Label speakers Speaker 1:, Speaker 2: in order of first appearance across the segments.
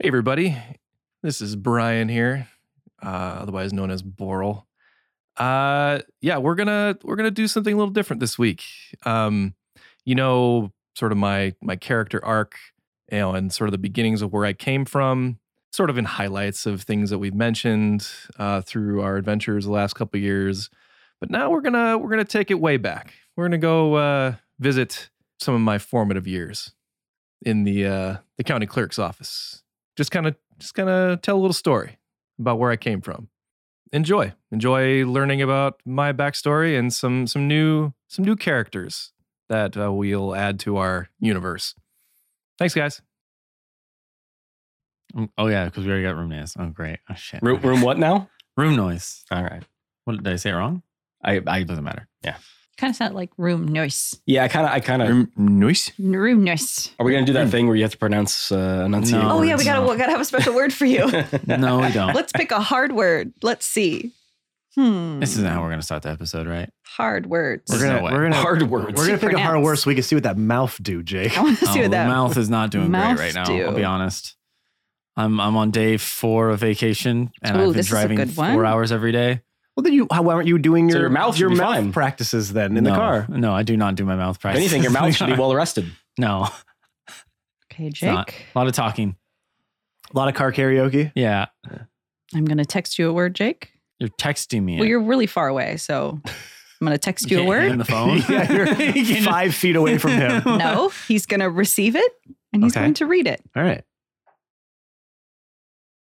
Speaker 1: Hey, everybody. This is Brian here, uh, otherwise known as Boral. Uh, yeah, we're gonna we're gonna do something a little different this week. Um, you know, sort of my my character arc, you know, and sort of the beginnings of where I came from. Sort of in highlights of things that we've mentioned uh, through our adventures the last couple years, but now we're gonna we're gonna take it way back. We're gonna go uh, visit some of my formative years in the uh, the county clerk's office just kind of just kind of tell a little story about where I came from. Enjoy, enjoy learning about my backstory and some some new some new characters that uh, we'll add to our universe. Thanks, guys.
Speaker 2: Mm, Oh yeah, because we already got room noise. Oh great. Oh shit.
Speaker 3: Room, room what now?
Speaker 2: Room noise.
Speaker 3: All right.
Speaker 2: What did I say it wrong?
Speaker 3: I, I
Speaker 2: It doesn't matter.
Speaker 4: Kind of sound like room noise.
Speaker 3: yeah, I kind of I kind of.
Speaker 5: Room noise.
Speaker 4: Room noise.
Speaker 3: Are we gonna do that thing where you have to pronounce uh, enunciate?
Speaker 2: No.
Speaker 6: Oh yeah,
Speaker 2: words,
Speaker 6: we gotta
Speaker 2: no.
Speaker 6: we gotta have a special word for you.
Speaker 2: No, we don't.
Speaker 6: Let's pick a hard word. Let's see. Hmm.
Speaker 2: this isn't how we're gonna start the episode, right?
Speaker 6: hard words.
Speaker 2: We're
Speaker 7: We're
Speaker 2: There's
Speaker 7: gonna,
Speaker 2: no way.
Speaker 7: we're gonna,
Speaker 3: hard
Speaker 7: we're
Speaker 3: words.
Speaker 7: gonna pick a hard
Speaker 6: Pronounce.
Speaker 7: word so we can see what that mouth do, Jake.
Speaker 6: I want to see
Speaker 2: the
Speaker 6: what that.
Speaker 2: Oh, mouth is not doing
Speaker 6: Mouth
Speaker 2: great right now. I'll be
Speaker 6: do.
Speaker 2: honest. I'm I'm on day four of vacation and
Speaker 4: Ooh,
Speaker 2: I've been
Speaker 4: this is a
Speaker 2: driving
Speaker 4: good
Speaker 2: four
Speaker 4: one.
Speaker 2: hours every day.
Speaker 7: Well, then you, how aren't you doing
Speaker 3: So
Speaker 7: your
Speaker 3: your mouth should
Speaker 7: your
Speaker 3: be
Speaker 7: mouth
Speaker 3: fine.
Speaker 7: practices then in
Speaker 2: no,
Speaker 7: the car?
Speaker 2: No, I do not do my mouth
Speaker 3: If
Speaker 2: practice.
Speaker 3: anything, your mouth should be well rested.
Speaker 2: No,
Speaker 4: Okay,
Speaker 2: it's not.
Speaker 4: Jake.
Speaker 2: A lot of talking.
Speaker 7: A lot of car karaoke.
Speaker 2: Yeah.
Speaker 4: I'm gonna text you a word, Jake.
Speaker 2: You're texting me.
Speaker 4: Well, you're really far away, so I'm gonna text you a
Speaker 2: can't hand
Speaker 4: word.
Speaker 2: the phone.
Speaker 7: yeah,
Speaker 2: You
Speaker 7: you're
Speaker 2: can't
Speaker 7: five feet away from him.
Speaker 2: just-
Speaker 4: No, he's gonna receive it and he's
Speaker 7: Okay.
Speaker 4: going to read it.
Speaker 7: All right.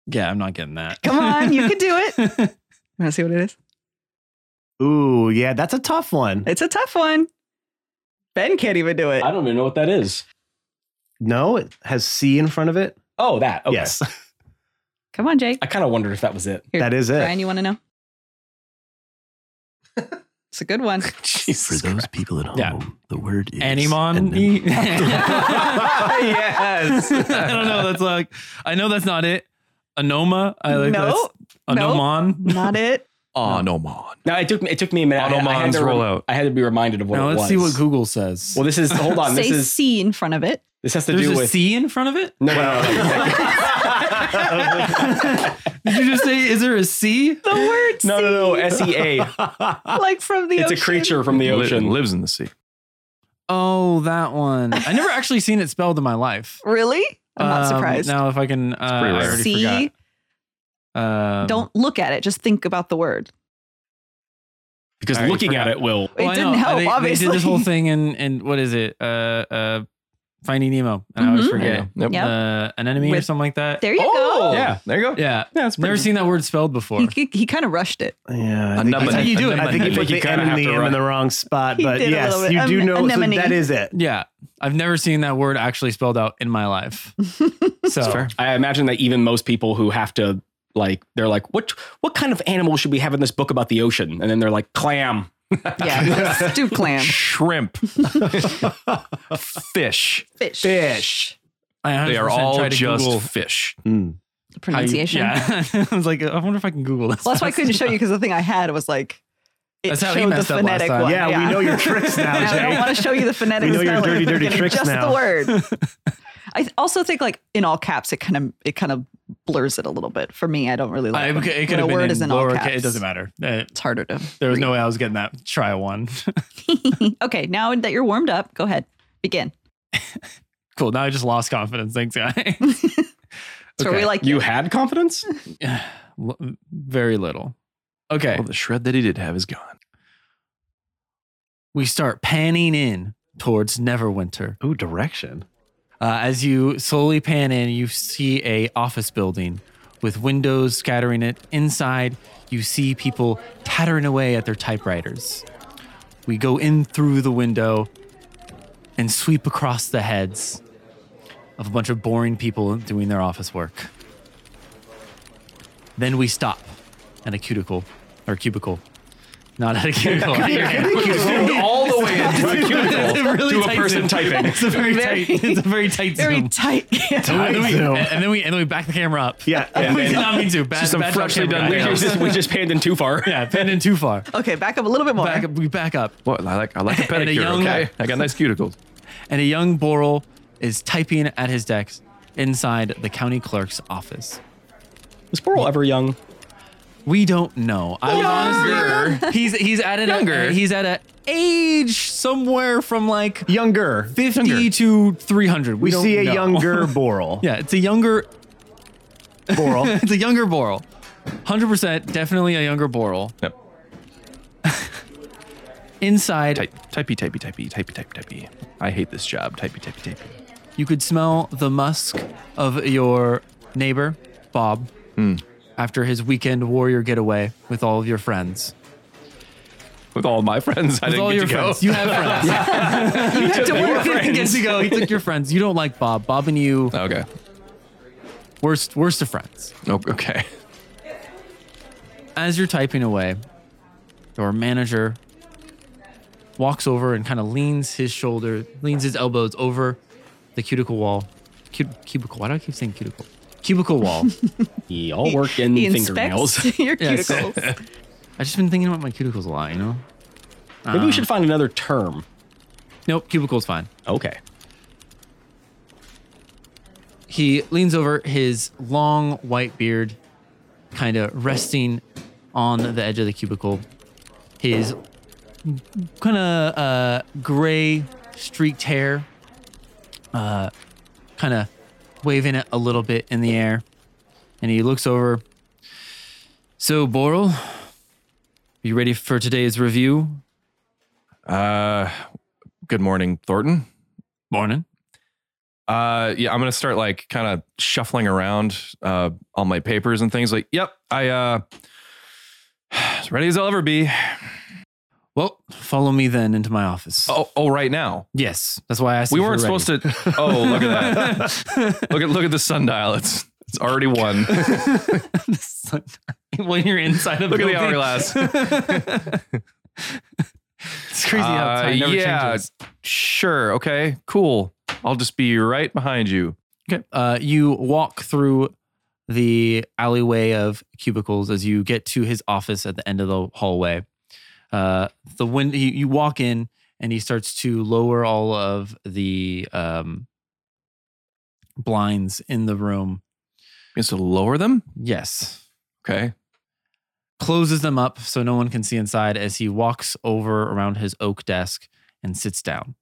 Speaker 2: Yeah, I'm not getting that.
Speaker 6: Come on, you can do it.
Speaker 2: it.
Speaker 4: Wanna see what it is?
Speaker 7: Ooh, yeah, that's a tough one.
Speaker 6: It's a tough one. Ben can't even do it.
Speaker 3: I don't even know what that is.
Speaker 7: No, it has C in front of it.
Speaker 3: Oh, that. Okay.
Speaker 7: Yes,
Speaker 4: Come on, Jake.
Speaker 3: I kind of wondered if that was it.
Speaker 4: Here,
Speaker 7: that is it.
Speaker 4: Brian, you wanna know? It's a good one.
Speaker 5: For those people at home,
Speaker 2: Yeah.
Speaker 5: the word is
Speaker 2: Animon.
Speaker 3: yes.
Speaker 2: I don't know. That's like I know that's not it. Anoma. I like Oh,
Speaker 6: no,
Speaker 2: that's
Speaker 6: no.
Speaker 2: Anomon.
Speaker 6: not it.
Speaker 1: Ah, Anomon.
Speaker 3: No, it took me. It took me a minute. I, I, had
Speaker 1: Automons
Speaker 3: to re-
Speaker 1: roll out.
Speaker 3: I had to be reminded of what
Speaker 2: Now
Speaker 3: it
Speaker 2: let's
Speaker 3: was.
Speaker 2: see what Google says.
Speaker 3: Well, this is. Hold on.
Speaker 4: Say
Speaker 3: this is.
Speaker 4: C in front of it.
Speaker 3: This has to
Speaker 2: There's
Speaker 3: do
Speaker 2: a
Speaker 3: with.
Speaker 2: C in front of it.
Speaker 3: no, no, no, no.
Speaker 2: Did you just say? Is there a C?
Speaker 6: The word
Speaker 3: No, no, no.
Speaker 6: sea,
Speaker 3: S E A.
Speaker 6: like from the
Speaker 3: It's a
Speaker 6: ocean.
Speaker 3: creature from the
Speaker 1: Li-
Speaker 3: ocean.
Speaker 1: lives in the sea.
Speaker 2: Oh, that one. I never actually seen it spelled in my life.
Speaker 6: Really? I'm not
Speaker 2: Um,
Speaker 6: surprised.
Speaker 2: Now, if I can, uh,
Speaker 1: pretty
Speaker 2: I
Speaker 1: rare.
Speaker 2: already
Speaker 6: See,
Speaker 2: forgot. Um,
Speaker 6: don't look at it. Just think about the word.
Speaker 3: because
Speaker 2: All right,
Speaker 3: looking at
Speaker 2: forgot.
Speaker 3: it will.
Speaker 6: It
Speaker 2: Well, I
Speaker 6: didn't
Speaker 2: know.
Speaker 6: help,
Speaker 2: They,
Speaker 6: obviously.
Speaker 2: they did this whole thing in in what is it? Uh, uh, Finding Nemo. And I always
Speaker 3: Mm-hmm.
Speaker 6: Mhm.
Speaker 2: forget.
Speaker 1: Yep.
Speaker 6: Yep.
Speaker 2: Uh, an enemy or
Speaker 6: With-
Speaker 2: something like that.
Speaker 6: There you go.
Speaker 3: Oh! Yeah.
Speaker 1: There you go.
Speaker 2: Oh, Yeah,
Speaker 3: Yeah, it's
Speaker 2: never
Speaker 3: pretty-
Speaker 2: seen that word spelled before.
Speaker 6: He, he, he kind of rushed it.
Speaker 7: Yeah, I think, I
Speaker 1: Anemone.
Speaker 7: think you do it. I think you
Speaker 2: Anemone.
Speaker 7: put
Speaker 3: You
Speaker 7: the N
Speaker 3: kinda
Speaker 7: and
Speaker 3: have
Speaker 7: the
Speaker 3: to
Speaker 7: M
Speaker 3: run.
Speaker 7: in the wrong spot,
Speaker 6: He
Speaker 7: but
Speaker 6: did a
Speaker 7: yes,
Speaker 6: little bit.
Speaker 7: you do
Speaker 6: An-
Speaker 7: know. So
Speaker 6: anemone.
Speaker 7: that is it.
Speaker 2: Yeah, I've never seen that word actually spelled out in my life. So
Speaker 3: I imagine that even most people who have to like, they're like, what what kind of animal should we have in this book about the ocean? And then they're like, clam.
Speaker 6: Yeah. Stoop clam.
Speaker 1: Shrimp. fish.
Speaker 6: Fish.
Speaker 7: Fish.
Speaker 2: I
Speaker 1: They are
Speaker 2: 100%
Speaker 1: all
Speaker 2: tried to
Speaker 1: just
Speaker 2: Google
Speaker 1: fish.
Speaker 4: The
Speaker 2: how
Speaker 7: Mm.
Speaker 2: you-
Speaker 4: pronunciation.
Speaker 2: yeah, I was like, I wonder if I can Google this.
Speaker 6: Well, that's why I couldn't show you because the thing I had was like, it
Speaker 2: That's how he
Speaker 6: showed the
Speaker 2: messed up last
Speaker 6: phonetic
Speaker 2: time.
Speaker 6: one.
Speaker 7: Yeah, we know your tricks now,
Speaker 6: And I don't
Speaker 7: Jake.
Speaker 6: want to show you the phonetic
Speaker 7: We know your
Speaker 6: spelling.
Speaker 7: dirty,
Speaker 6: We're
Speaker 7: dirty
Speaker 6: gonna
Speaker 7: tricks
Speaker 6: just
Speaker 7: now.
Speaker 6: the word. I th- also think like in all caps, it kind of it kind of blurs it a little bit. For me, I don't really
Speaker 2: I,
Speaker 6: like when-
Speaker 2: it
Speaker 6: when
Speaker 2: could have
Speaker 6: a
Speaker 2: been
Speaker 6: word
Speaker 2: in
Speaker 6: is in all
Speaker 2: lower
Speaker 6: caps.
Speaker 2: ca- It doesn't matter. Uh,
Speaker 6: It's harder to.
Speaker 2: there was no way I was getting that. Try one.
Speaker 6: read. okay, now that you're warmed up, go ahead, begin.
Speaker 2: cool. Now I just lost confidence. Thanks, guy.
Speaker 6: So we like
Speaker 3: You had confidence?
Speaker 2: Very little. Okay.
Speaker 1: Well, the shred that he did have is gone.
Speaker 2: we start panning in towards Neverwinter.
Speaker 7: Ooh, direction.
Speaker 2: Uh, as you slowly pan in, you see a office building with windows scattering it. Inside, you see people tattering away at their typewriters. We go in through the window and sweep across the heads of a bunch of boring people doing their office work. Then we stop at a cuticle or cubicle. Not at a cuticle.
Speaker 3: all the way into a cuticle to a person typing.
Speaker 2: It's a very,
Speaker 6: Very-
Speaker 2: tight. It's a very tight
Speaker 6: very
Speaker 2: zoom.
Speaker 6: tight.
Speaker 2: and, then we,
Speaker 7: zoom.
Speaker 2: and then we and then we back the camera up.
Speaker 7: Yeah,
Speaker 2: we
Speaker 7: and
Speaker 2: did
Speaker 7: then-
Speaker 2: not mean to. Bad,
Speaker 1: some
Speaker 2: bad job,
Speaker 1: freshly
Speaker 2: camera
Speaker 1: done
Speaker 2: guy.
Speaker 3: We just, we just panned in too far.
Speaker 2: Yeah, pinned in too far.
Speaker 6: okay, back up a little bit more.
Speaker 2: Back up, we back up,
Speaker 1: Well, I like I like a
Speaker 2: And a
Speaker 1: pedicure.
Speaker 2: young-
Speaker 1: okay, I got nice cuticles.
Speaker 2: and a young Boral is typing at his desk, inside the county clerk's office.
Speaker 3: Was Boral ever young?
Speaker 2: We don't know. I was
Speaker 1: Younger.
Speaker 2: honestly, he's he's at an
Speaker 1: Younger.
Speaker 2: he's at a age somewhere from like
Speaker 7: Younger.
Speaker 2: 50 to 300. We,
Speaker 7: We
Speaker 2: don't
Speaker 7: see a
Speaker 2: know.
Speaker 7: younger Boral.
Speaker 2: Yeah, it's a younger
Speaker 7: Boral.
Speaker 2: it's a younger Boral. 100% definitely a younger Boral.
Speaker 1: Yep.
Speaker 2: Inside
Speaker 1: Type, typey, typey, typey, typey, typey, typey. I hate this job. Typey, typey, typey.
Speaker 2: You could smell the musk of your neighbor, Bob,
Speaker 1: Hmm.
Speaker 2: after his weekend warrior getaway with all of your friends.
Speaker 1: With all my friends, I
Speaker 2: With
Speaker 1: didn't
Speaker 2: all
Speaker 1: get
Speaker 2: your
Speaker 1: to
Speaker 2: friends.
Speaker 1: go.
Speaker 2: You have friends.
Speaker 3: You took your
Speaker 2: You didn't get
Speaker 3: friends.
Speaker 2: to go. He took your friends. You don't like Bob. Bob and you,
Speaker 1: Okay.
Speaker 2: worst, worst of friends.
Speaker 1: Nope. Okay.
Speaker 2: As you're typing away, your manager walks over and kind of leans his shoulder, leans his elbows over the cuticle wall. Cub- cubicle. Why do I keep saying cuticle? Cubicle wall.
Speaker 3: Y'all work in
Speaker 8: He
Speaker 3: fingernails.
Speaker 8: inspects your
Speaker 2: Yes.
Speaker 8: cuticles.
Speaker 2: I've just been thinking about my cuticles a lot, you know?
Speaker 3: Maybe we should find another term.
Speaker 2: Nope, cubicle's fine.
Speaker 3: Okay.
Speaker 2: He leans over, his long white beard kind of resting on the edge of the cubicle. His kind of uh, gray streaked hair, uh, kind of waving it a little bit in the air. And he looks over. So, Boral, you ready for today's review?
Speaker 1: Uh, good morning, Thornton.
Speaker 2: Morning.
Speaker 1: Uh, yeah, I'm gonna start like kind of shuffling around uh all my papers and things. Like, yep, I uh, as ready as I'll ever be.
Speaker 2: Well, follow me then into my office.
Speaker 1: Oh, oh, right now.
Speaker 2: Yes, that's why I asked.
Speaker 1: We weren't supposed to. Oh, look at that! Look at look at the sundial. It's it's already one.
Speaker 2: when you're inside of
Speaker 1: Look at the
Speaker 2: building.
Speaker 1: hourglass.
Speaker 2: It's crazy how
Speaker 1: Uh,
Speaker 2: time never
Speaker 1: yeah.
Speaker 2: changes.
Speaker 1: sure. Okay. Cool. I'll just be right behind you.
Speaker 2: Okay. Uh, you walk through the alleyway of cubicles as you get to his office at the end of the hallway. Uh, the wind. You, you walk in, and he starts to lower all of the um, blinds in the room.
Speaker 1: You to lower them.
Speaker 2: Yes.
Speaker 1: Okay.
Speaker 2: closes them up so no one can see inside as he walks over around his oak desk and sits down.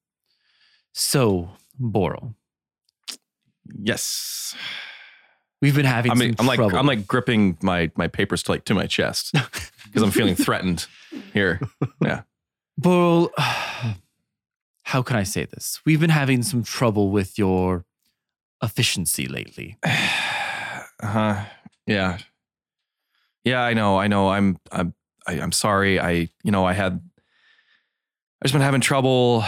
Speaker 2: So, Boral,
Speaker 1: Yes.
Speaker 2: we've been having
Speaker 1: I'm,
Speaker 2: some
Speaker 1: I'm like
Speaker 2: trouble.
Speaker 1: I'm like gripping my my papers to like to my chest because I'm feeling threatened here.
Speaker 2: Boral, how can I say this? We've been having some trouble with your efficiency lately.
Speaker 1: uh-huh. Yeah. Yeah, I know. I know. I'm I'm I, I'm sorry. I you know, I had I've just been having trouble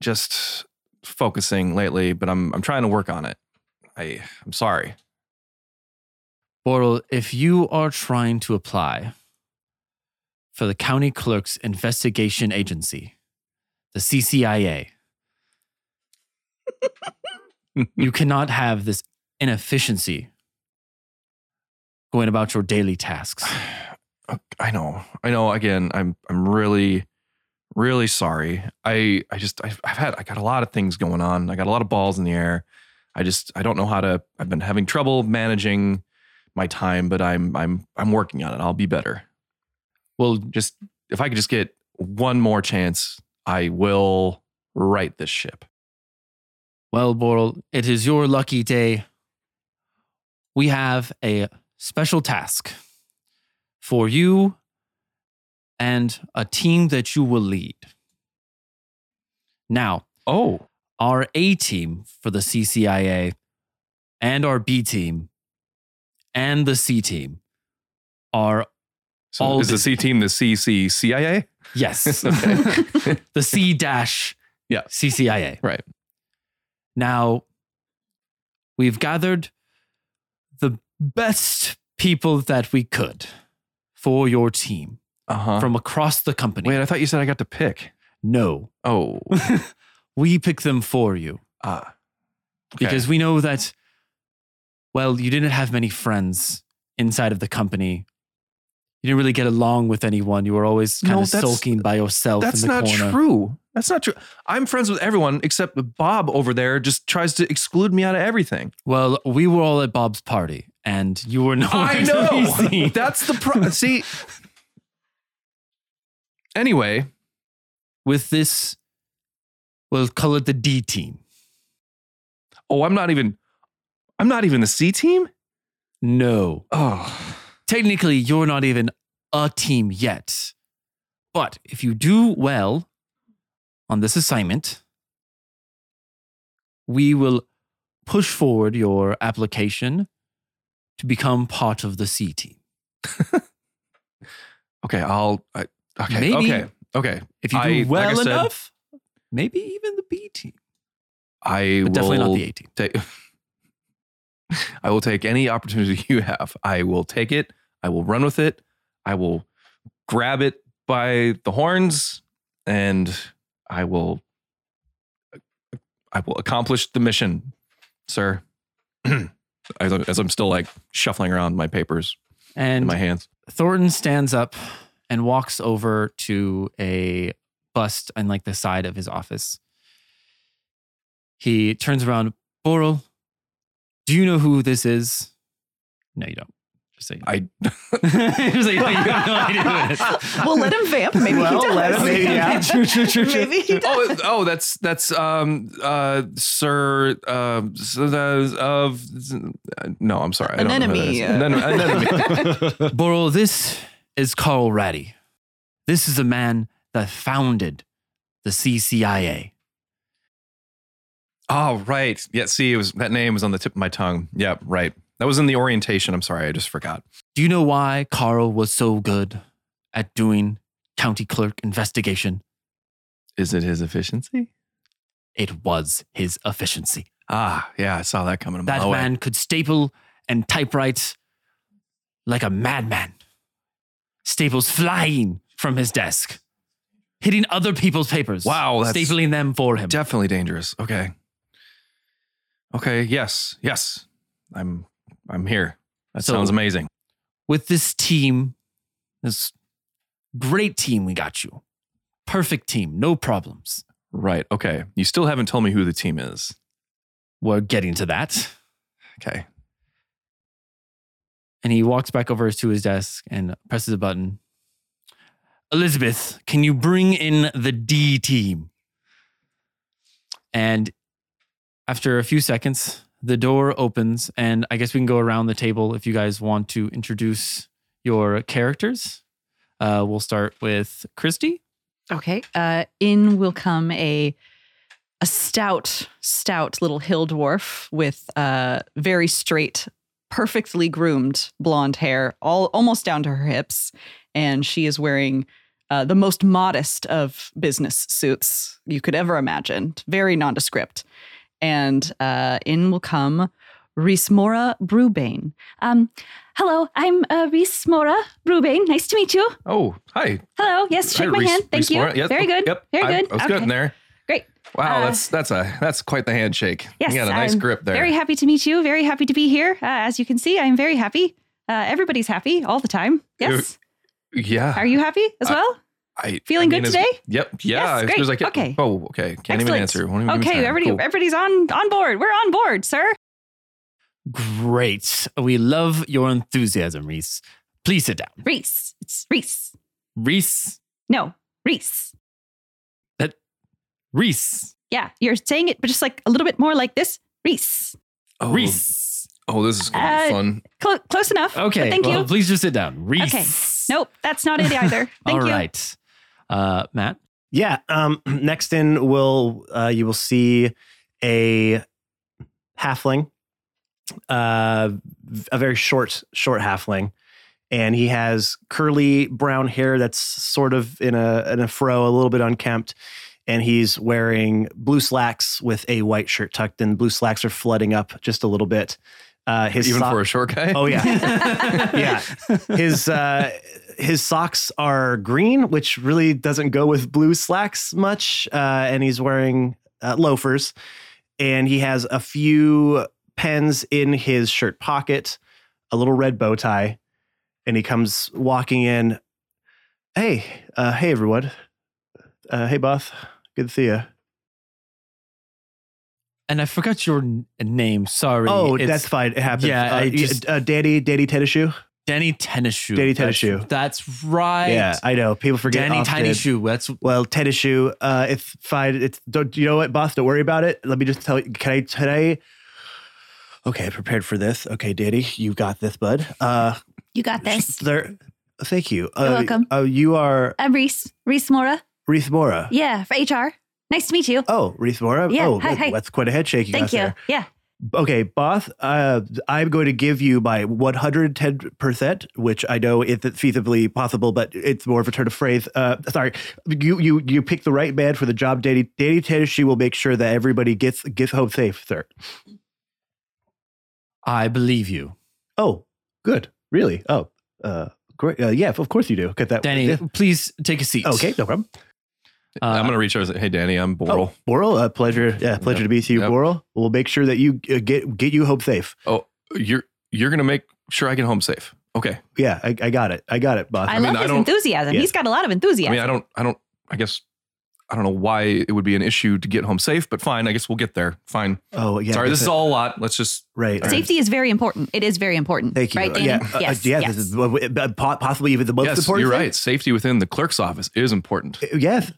Speaker 1: just focusing lately, but I'm I'm trying to work on it. I I'm sorry.
Speaker 2: Boral, if you are trying to apply for the county clerk's investigation agency, the CCIA, you cannot have this inefficiency going about your daily tasks.
Speaker 1: Uh, I know. I know. Again, I'm I'm really, really sorry. I I just I've, I've had I got a lot of things going on. I got a lot of balls in the air. I just I don't know how to. I've been having trouble managing my time, but I'm I'm I'm working on it. I'll be better.
Speaker 2: Well,
Speaker 1: Just if I could just get one more chance, I will right this ship.
Speaker 2: well, Boral, it is your lucky day. We have a special task for you and a team that you will lead. Now,
Speaker 1: Oh,
Speaker 2: our A team for the CCIA and our B team and the C team are
Speaker 1: so
Speaker 2: All
Speaker 1: is the C
Speaker 2: busy.
Speaker 1: team the CCCIA?
Speaker 2: yes
Speaker 1: Okay.
Speaker 2: the C dash
Speaker 1: Yeah.
Speaker 2: CCIA.
Speaker 1: Right.
Speaker 2: Now we've gathered the best people that we could for your team
Speaker 1: Uh huh.
Speaker 2: from across the company.
Speaker 1: Wait, I thought you said I got to pick.
Speaker 2: no,
Speaker 1: Oh,
Speaker 2: we pick them for you.
Speaker 1: ah, Okay.
Speaker 2: because we know that well you didn't have many friends inside of the company You didn't really get along with anyone. You were always kind
Speaker 1: No,
Speaker 2: of
Speaker 1: that's-
Speaker 2: sulking by yourself
Speaker 1: That's
Speaker 2: in the
Speaker 1: not
Speaker 2: corner.
Speaker 1: true. That's not true. I'm friends with everyone except Bob over there just tries to exclude me out of everything.
Speaker 2: Well, we were all at Bob's party, and you were nowhere
Speaker 1: I
Speaker 2: to be seen.
Speaker 1: know. That's the problem. See. Anyway,
Speaker 2: with this, we'll call it the D team.
Speaker 1: oh, I'm not even. I'm not even the C team.
Speaker 2: No,
Speaker 1: Oh,
Speaker 2: technically, you're not even a team yet. But if you do well on this assignment, we will push forward your application to become part of the C team.
Speaker 1: okay. I'll. I, okay.
Speaker 2: Maybe.
Speaker 1: Okay. Okay.
Speaker 2: If you do
Speaker 1: I- like I
Speaker 2: well
Speaker 1: said-
Speaker 2: enough, maybe even the B team,
Speaker 1: I
Speaker 2: but
Speaker 1: will
Speaker 2: definitely not the A team.
Speaker 1: take. I will take any opportunity you have. I will take it. I will run with it. I will grab it by the horns, and I will. I will accomplish the mission, sir. as, I'm, as I'm still like shuffling around my papers in
Speaker 2: And
Speaker 1: my hands.
Speaker 2: Thornton stands up and walks over to a bust on like the side of his office. He turns around, Boral, do you know who this is? No, you don't. Just say
Speaker 1: I
Speaker 2: Just say, no, you have no idea who it is.
Speaker 8: Well, let him vamp. Maybe
Speaker 7: Well,
Speaker 8: he does.
Speaker 7: let him- yeah.
Speaker 2: True, true, true, true.
Speaker 8: Maybe he does.
Speaker 1: oh, oh, that's that's um uh sir um s- uh, of no, I'm sorry, I don't know who that
Speaker 8: Anemone.
Speaker 1: is. Anem- anemone.
Speaker 2: Boral, this is Carl Ratty. This is the man that founded the CCIA.
Speaker 1: Oh, right. Yeah, see, it was that name was on the tip of my tongue. Yeah, right. That was in the orientation. I'm sorry, I just forgot.
Speaker 2: Do you know why Carl was so good at doing county clerk investigation?
Speaker 1: Is it his efficiency?
Speaker 2: It was his efficiency.
Speaker 1: Ah, yeah, I saw that coming a
Speaker 2: That
Speaker 1: mile away.
Speaker 2: man could staple and typewrite like a madman. Staples flying from his desk, hitting other people's papers.
Speaker 1: Wow, that's-
Speaker 2: stapling them for him.
Speaker 1: Definitely dangerous. Okay. Okay, yes. Yes. I'm I'm here. That
Speaker 2: So-
Speaker 1: sounds amazing.
Speaker 2: With this team, this great team we got you. Perfect team, no problems.
Speaker 1: Right. Okay. You still haven't told me who the team is.
Speaker 2: We're getting to that.
Speaker 1: Okay.
Speaker 2: And he walks back over to his desk and presses a button. Elizabeth, can you bring in the D team? And after a few seconds, the door opens, and I guess we can go around the table if you guys want to introduce your characters. Uh, we'll start with Christy.
Speaker 8: Okay. Uh, in will come a a stout, stout little hill dwarf with uh, very straight, perfectly groomed blonde hair, all almost down to her hips, and she is wearing uh, the most modest of business suits you could ever imagine. Very nondescript. And uh, in will come Rismora Brubane.
Speaker 6: Um, hello, I'm uh, Reese Mora Rubing. Nice to meet you.
Speaker 1: Oh, hi.
Speaker 6: Hello. Yes,
Speaker 1: Hi,
Speaker 6: shake my
Speaker 1: Reese-
Speaker 6: hand. Thank
Speaker 1: Reese
Speaker 6: you.
Speaker 1: Moran. Yes,
Speaker 6: Very good.
Speaker 1: Yep.
Speaker 6: Very
Speaker 1: I-
Speaker 6: good.
Speaker 1: I was
Speaker 6: Okay.
Speaker 1: good in there.
Speaker 6: Great.
Speaker 1: Wow,
Speaker 6: Uh,
Speaker 1: that's that's a that's quite the handshake.
Speaker 6: Yes,
Speaker 1: you got a nice
Speaker 6: I'm
Speaker 1: grip there.
Speaker 6: Very happy to meet you. Very happy to be here. Uh, as you can see, I'm very happy. Uh, everybody's happy all the time. Yes.
Speaker 1: yeah.
Speaker 6: Are you happy as
Speaker 1: I-
Speaker 6: well?
Speaker 1: I,
Speaker 6: Feeling
Speaker 1: I mean,
Speaker 6: good
Speaker 1: it's-
Speaker 6: today?
Speaker 1: Yep. Yeah.
Speaker 6: Yes,
Speaker 1: as good as
Speaker 6: great.
Speaker 1: I can.
Speaker 6: Okay.
Speaker 1: Oh, okay. Can't even
Speaker 6: Excellent.
Speaker 1: answer. Won't even give me
Speaker 6: Okay,
Speaker 1: time.
Speaker 6: everybody,
Speaker 1: Cool.
Speaker 6: everybody's on on board. We're on board, sir.
Speaker 2: Great. We love your enthusiasm, Reese. Please sit down.
Speaker 6: Reese. It's Reese.
Speaker 2: Reese.
Speaker 6: No, Reese.
Speaker 2: Reese.
Speaker 6: Yeah, you're saying it, but just like a little bit more like this. Reese.
Speaker 1: oh,
Speaker 2: Reese.
Speaker 1: Oh, this is gonna be
Speaker 6: Uh,
Speaker 1: fun.
Speaker 6: Clo- close enough.
Speaker 1: Oh.
Speaker 6: but
Speaker 2: Okay.
Speaker 6: thank
Speaker 2: well,
Speaker 6: you.
Speaker 2: Please just sit down. Reese.
Speaker 6: Okay. Nope, that's not it either. Thank
Speaker 2: All
Speaker 6: you.
Speaker 2: right. Uh, Matt,
Speaker 7: Yeah. Um, next in will uh, you will see a halfling, uh, a very short, short halfling, and he has curly brown hair that's sort of in a in a fro, a little bit unkempt, and he's wearing blue slacks with a white shirt tucked in. Blue slacks are flooding up just a little bit. Uh, his
Speaker 1: Even
Speaker 7: so-
Speaker 1: for a short guy.
Speaker 7: oh yeah yeah. His uh his socks are green, which really doesn't go with blue slacks much. Uh, and he's wearing uh, loafers, and he has a few pens in his shirt pocket, a little red bow tie, and he comes walking in. Hey, uh, hey, everyone. Uh, hey, Buff. Good to see you.
Speaker 2: And I forgot your n- name. Sorry.
Speaker 7: Oh,
Speaker 2: It's
Speaker 7: that's fine. It happens.
Speaker 2: yeah,
Speaker 7: uh,
Speaker 2: I
Speaker 7: you-
Speaker 2: just-
Speaker 7: uh, Danny, Danny Tennishoe.
Speaker 2: Danny Tennis Shoe.
Speaker 7: Danny
Speaker 2: That's-
Speaker 7: Tennis Shoe.
Speaker 2: That's, right.
Speaker 7: Yeah, I know. People forget.
Speaker 2: Danny
Speaker 7: often.
Speaker 2: Tiny Shoe. That's
Speaker 7: Well, Tennishoe. Uh, it's fine. It's don't. You know what, Buff? Don't worry about it. Let me just tell you. Can I? Can I? Okay, I prepared for this. Okay, Danny, you got this, bud. Uh,
Speaker 9: You got this.
Speaker 7: There, thank you. Uh,
Speaker 9: You're welcome.
Speaker 7: Uh, you are
Speaker 9: I'm Reese. Reese Mora.
Speaker 7: Reith Mora.
Speaker 9: Yeah, for HR. Nice to meet you.
Speaker 7: Oh, Reith Mora.
Speaker 9: Yeah,
Speaker 7: oh,
Speaker 9: hi,
Speaker 7: look,
Speaker 9: hi.
Speaker 7: that's quite a head shake you
Speaker 9: Thank
Speaker 7: got
Speaker 9: you.
Speaker 7: there.
Speaker 9: Yeah.
Speaker 7: Okay, Both, uh, I'm going to give you my 110%, which I know isn't feasibly possible, but it's more of a turn of phrase. Uh, sorry, you you you pick the right man for the job, Danny. Danny Tennessee will make sure that everybody gets gets home safe, sir.
Speaker 2: I believe you.
Speaker 7: Oh, good. Really? Oh, uh, great. Uh, yeah, of course you do. Get that.
Speaker 2: Danny,
Speaker 7: yeah.
Speaker 2: please take a seat.
Speaker 7: Okay, no problem.
Speaker 2: Uh,
Speaker 1: I'm gonna reach out. and say, Hey, Danny, I'm Boral.
Speaker 7: Oh, Boral, a pleasure. Yeah, pleasure to be to you,
Speaker 1: Yep.
Speaker 7: Boral. We'll make sure that you uh, get get you home safe.
Speaker 1: You're you're gonna make sure I get home safe. Okay.
Speaker 7: Yeah, I, I got it. I got it, boss.
Speaker 6: I,
Speaker 1: I mean,
Speaker 6: love
Speaker 1: I
Speaker 6: his
Speaker 1: don't-
Speaker 6: enthusiasm.
Speaker 7: Yeah.
Speaker 6: He's got a lot of
Speaker 1: I
Speaker 6: enthusiasm.
Speaker 1: mean, I don't, I don't, I guess, I don't know why it would be an issue to get home safe, but fine. I guess we'll get there. Fine.
Speaker 7: oh, yeah.
Speaker 1: Sorry,
Speaker 7: that's
Speaker 1: this is
Speaker 7: it.
Speaker 1: all a lot. Let's just.
Speaker 7: right.
Speaker 1: All right.
Speaker 6: Safety is very important. It is very important.
Speaker 7: Thank you.
Speaker 6: Right,
Speaker 7: Uh,
Speaker 6: Danny?
Speaker 7: yeah, uh, uh,
Speaker 6: yes,
Speaker 7: yeah.
Speaker 6: yes.
Speaker 7: This is uh, uh, po- possibly even the most
Speaker 1: yes,
Speaker 7: important.
Speaker 1: you're
Speaker 7: thing.
Speaker 1: right. Safety within the clerk's office is important.
Speaker 7: Uh, Yes.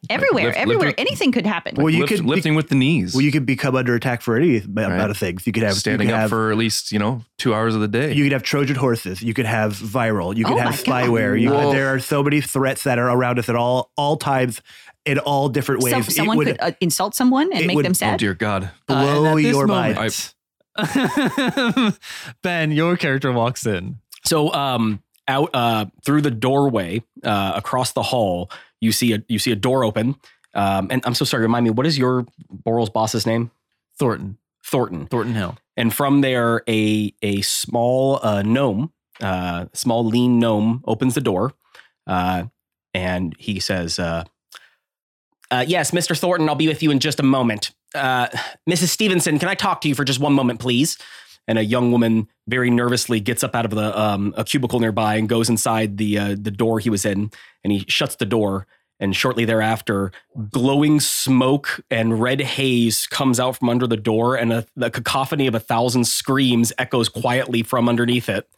Speaker 1: Lift-
Speaker 6: everywhere,
Speaker 1: lift
Speaker 6: everywhere.
Speaker 1: with-
Speaker 6: Anything could happen.
Speaker 7: Well, you
Speaker 1: Lift-
Speaker 7: could
Speaker 1: lifting with the knees.
Speaker 7: Well, you could become under attack for any amount of things. You could have you
Speaker 1: standing
Speaker 7: could
Speaker 1: up
Speaker 7: have-
Speaker 1: for at least you know two hours of the day.
Speaker 7: You could have Trojan horses. You could have viral. You could
Speaker 6: Oh
Speaker 7: have
Speaker 6: my God.
Speaker 7: spyware. You
Speaker 1: Whoa.
Speaker 7: could, there are so many threats that are around us at all all times, in all different ways.
Speaker 6: Some-
Speaker 7: It
Speaker 6: someone
Speaker 7: would
Speaker 6: could uh, insult someone
Speaker 7: it
Speaker 6: and make
Speaker 7: would-
Speaker 6: them
Speaker 1: oh
Speaker 6: sad.
Speaker 1: dear God.
Speaker 2: Uh, and
Speaker 7: blow
Speaker 2: at this
Speaker 7: your mind.
Speaker 2: moment- ben, your character walks in.
Speaker 3: So um out uh through the doorway uh across the hall, you see a you see a door open. Um and I'm so sorry, remind me, what is your Boral's boss's name?
Speaker 2: Thornton.
Speaker 3: Thornton.
Speaker 2: Thornton Hill.
Speaker 3: And from there a a small uh gnome, uh small lean gnome opens the door. Uh and he says uh uh, yes, Mr. Thornton, I'll be with you in just a moment. Uh, Mrs. Stevenson, can I talk to you for just one moment, please? And a young woman very nervously gets up out of the um, a cubicle nearby and goes inside the uh, the door he was in, and he shuts the door. And shortly thereafter, glowing smoke and red haze comes out from under the door, and a, the cacophony of a thousand screams echoes quietly from underneath it.